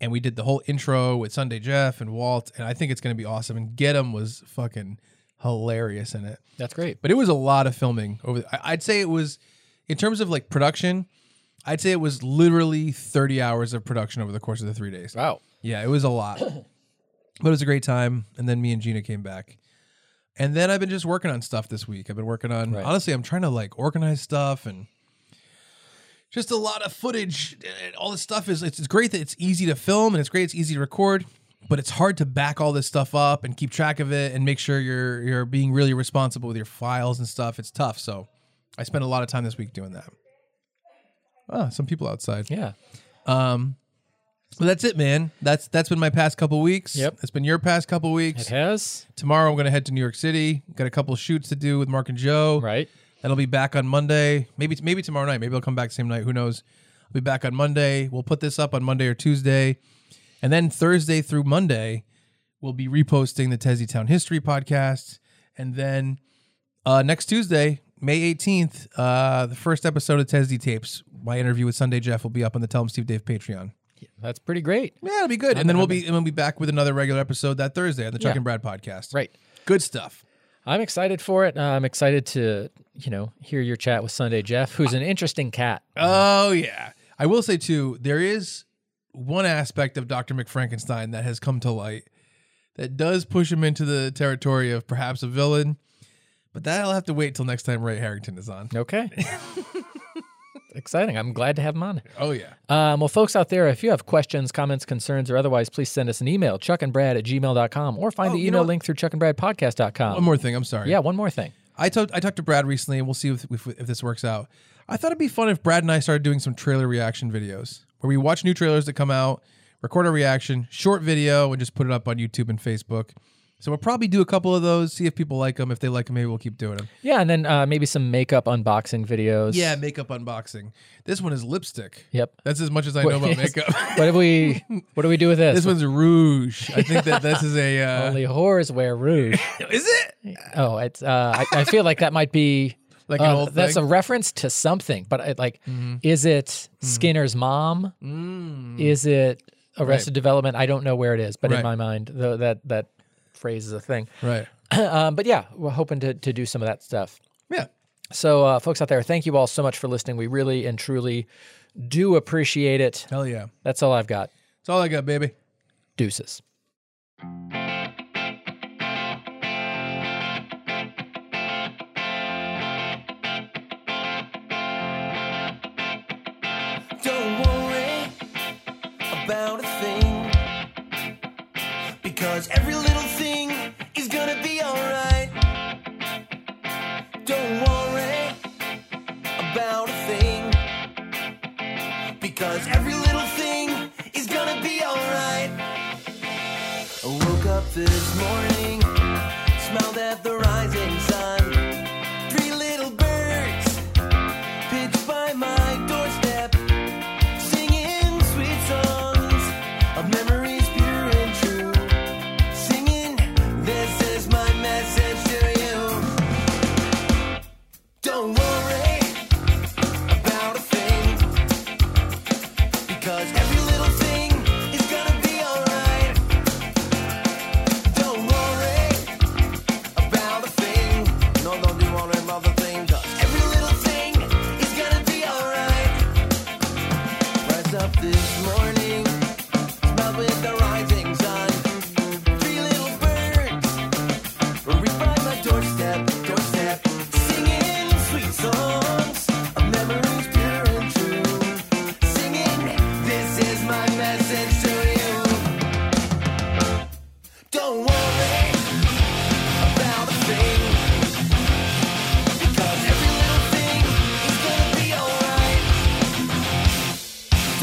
and we did the whole intro with Sunday Jeff and Walt, and I think it's going to be awesome. And Get 'em was fucking hilarious in it,
That's great.
but it was a lot of filming. Over, I- I'd say it was, in terms of like production, I'd say it was literally thirty hours of production over the course of the three days.
Wow.
Yeah, it was a lot, but it was a great time. And then me and Gina came back, and then I've been just working on stuff this week. I've been working on
Right.
honestly, I'm trying to like organize stuff and just a lot of footage. And all this stuff is it's, it's great that it's easy to film and it's great it's easy to record, but it's hard to back all this stuff up and keep track of it and make sure you're you're being really responsible with your files and stuff. It's tough, so I spent a lot of time this week doing that. Oh, some people outside.
Yeah.
But that's it, man. That's that's been my past couple weeks.
Yep.
That's been your past couple
It
weeks.
has.
Tomorrow I'm gonna head to New York City. Got a couple shoots to do with Mark and Joe.
Right.
And I'll be back on Monday. Maybe maybe tomorrow night. Maybe I'll come back same night. Who knows? I'll be back on Monday. We'll put this up on Monday or Tuesday. And then Thursday through Monday, we'll be reposting the Tezzy Town History podcast. And then uh, next Tuesday, May 18th, uh, the first episode of Tezzy Tapes, my interview with Sunday Jeff will be up on the Tell 'em Steve Dave Patreon.
That's pretty great.
Yeah, it'll be good. And then we'll be and we'll be back with another regular episode that Thursday on the Chuck
Yeah.
and Brad podcast.
Right.
Good stuff.
I'm excited for it. Uh, I'm excited to, you know, hear your chat with Sunday Jeff, who's an interesting cat.
Oh yeah. I will say too, there is one aspect of Dr. McFrankenstein that has come to light that does push him into the territory of perhaps a villain. But that'll have to wait till next time Ray Harrington is on.
Okay. Exciting. I'm glad to have him on.
Oh yeah.
Um, well, folks out there, if you have questions, comments, concerns, or otherwise, please send us an email, chuckandbrad at gmail.com, or find
Oh,
the
you
email
know what?
link through chuckandbradpodcast.com.
One more thing, I'm sorry.
Yeah, one more thing.
I talked I talked to Brad recently and we'll see if, if if this works out. I thought it'd be fun if Brad and I started doing some trailer reaction videos where we watch new trailers that come out, record a reaction, short video and just put it up on YouTube and Facebook. So we'll probably do a couple of those, see if people like them. If they like them, maybe we'll keep doing them.
Yeah, and then uh, maybe some makeup unboxing videos.
Yeah, makeup unboxing. This one is lipstick.
Yep.
That's as much as I know about
Yes.
makeup.
What do we? What do we do with this?
this one's rouge. I think that this is a uh,
Only whores wear rouge.
Is it?
oh, it's. Uh, I, I feel like that might be.
Like an
uh,
old
that's
thing? Mm-hmm.
a reference to something, but I, like, is it Skinner's mom?
Mm.
Is it Arrested Development? I don't know where it is, but in
Right.
my mind, though, that that phrase is a thing.
Right.
um, but yeah, we're hoping to to do some of that stuff.
Yeah.
So, uh, folks out there, thank you all so much for listening. We really and truly do appreciate it.
Hell yeah.
That's all I've got.
That's all I got, baby.
Deuces.
Don't worry about a thing. Because every little thing is gonna be alright. Don't worry about a thing. Because every little thing is gonna be alright. I woke up this morning, smelled at the rising sun. Three little birds pitched by my doorstep singing sweet songs of memories pure and true. Singing, this is my message to you. Don't worry about a thing, because every little thing is gonna be alright. Don't worry about a thing, no, don't you worry about the thing, 'cause every little thing is gonna be alright. Rise up this morning, smile with the rising sun. Three little birds will reach by my doorstep, doorstep, singing sweet songs of memories pure and true. Singing, this is my message to you. Don't worry about a thing, because every little thing is gonna be alright.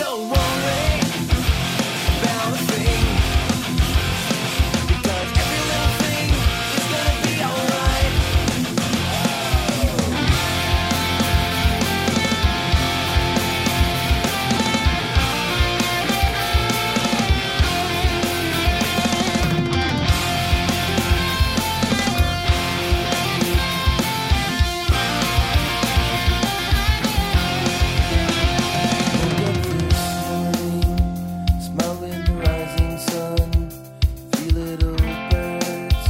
Don't worry about a thing Because every little thing is gonna be alright Smiling the rising sun, three little birds,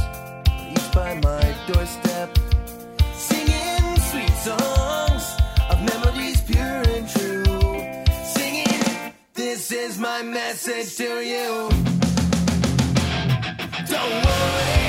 each by my doorstep, singing sweet songs of melodies pure and true. Singing, this is my message to you. Don't worry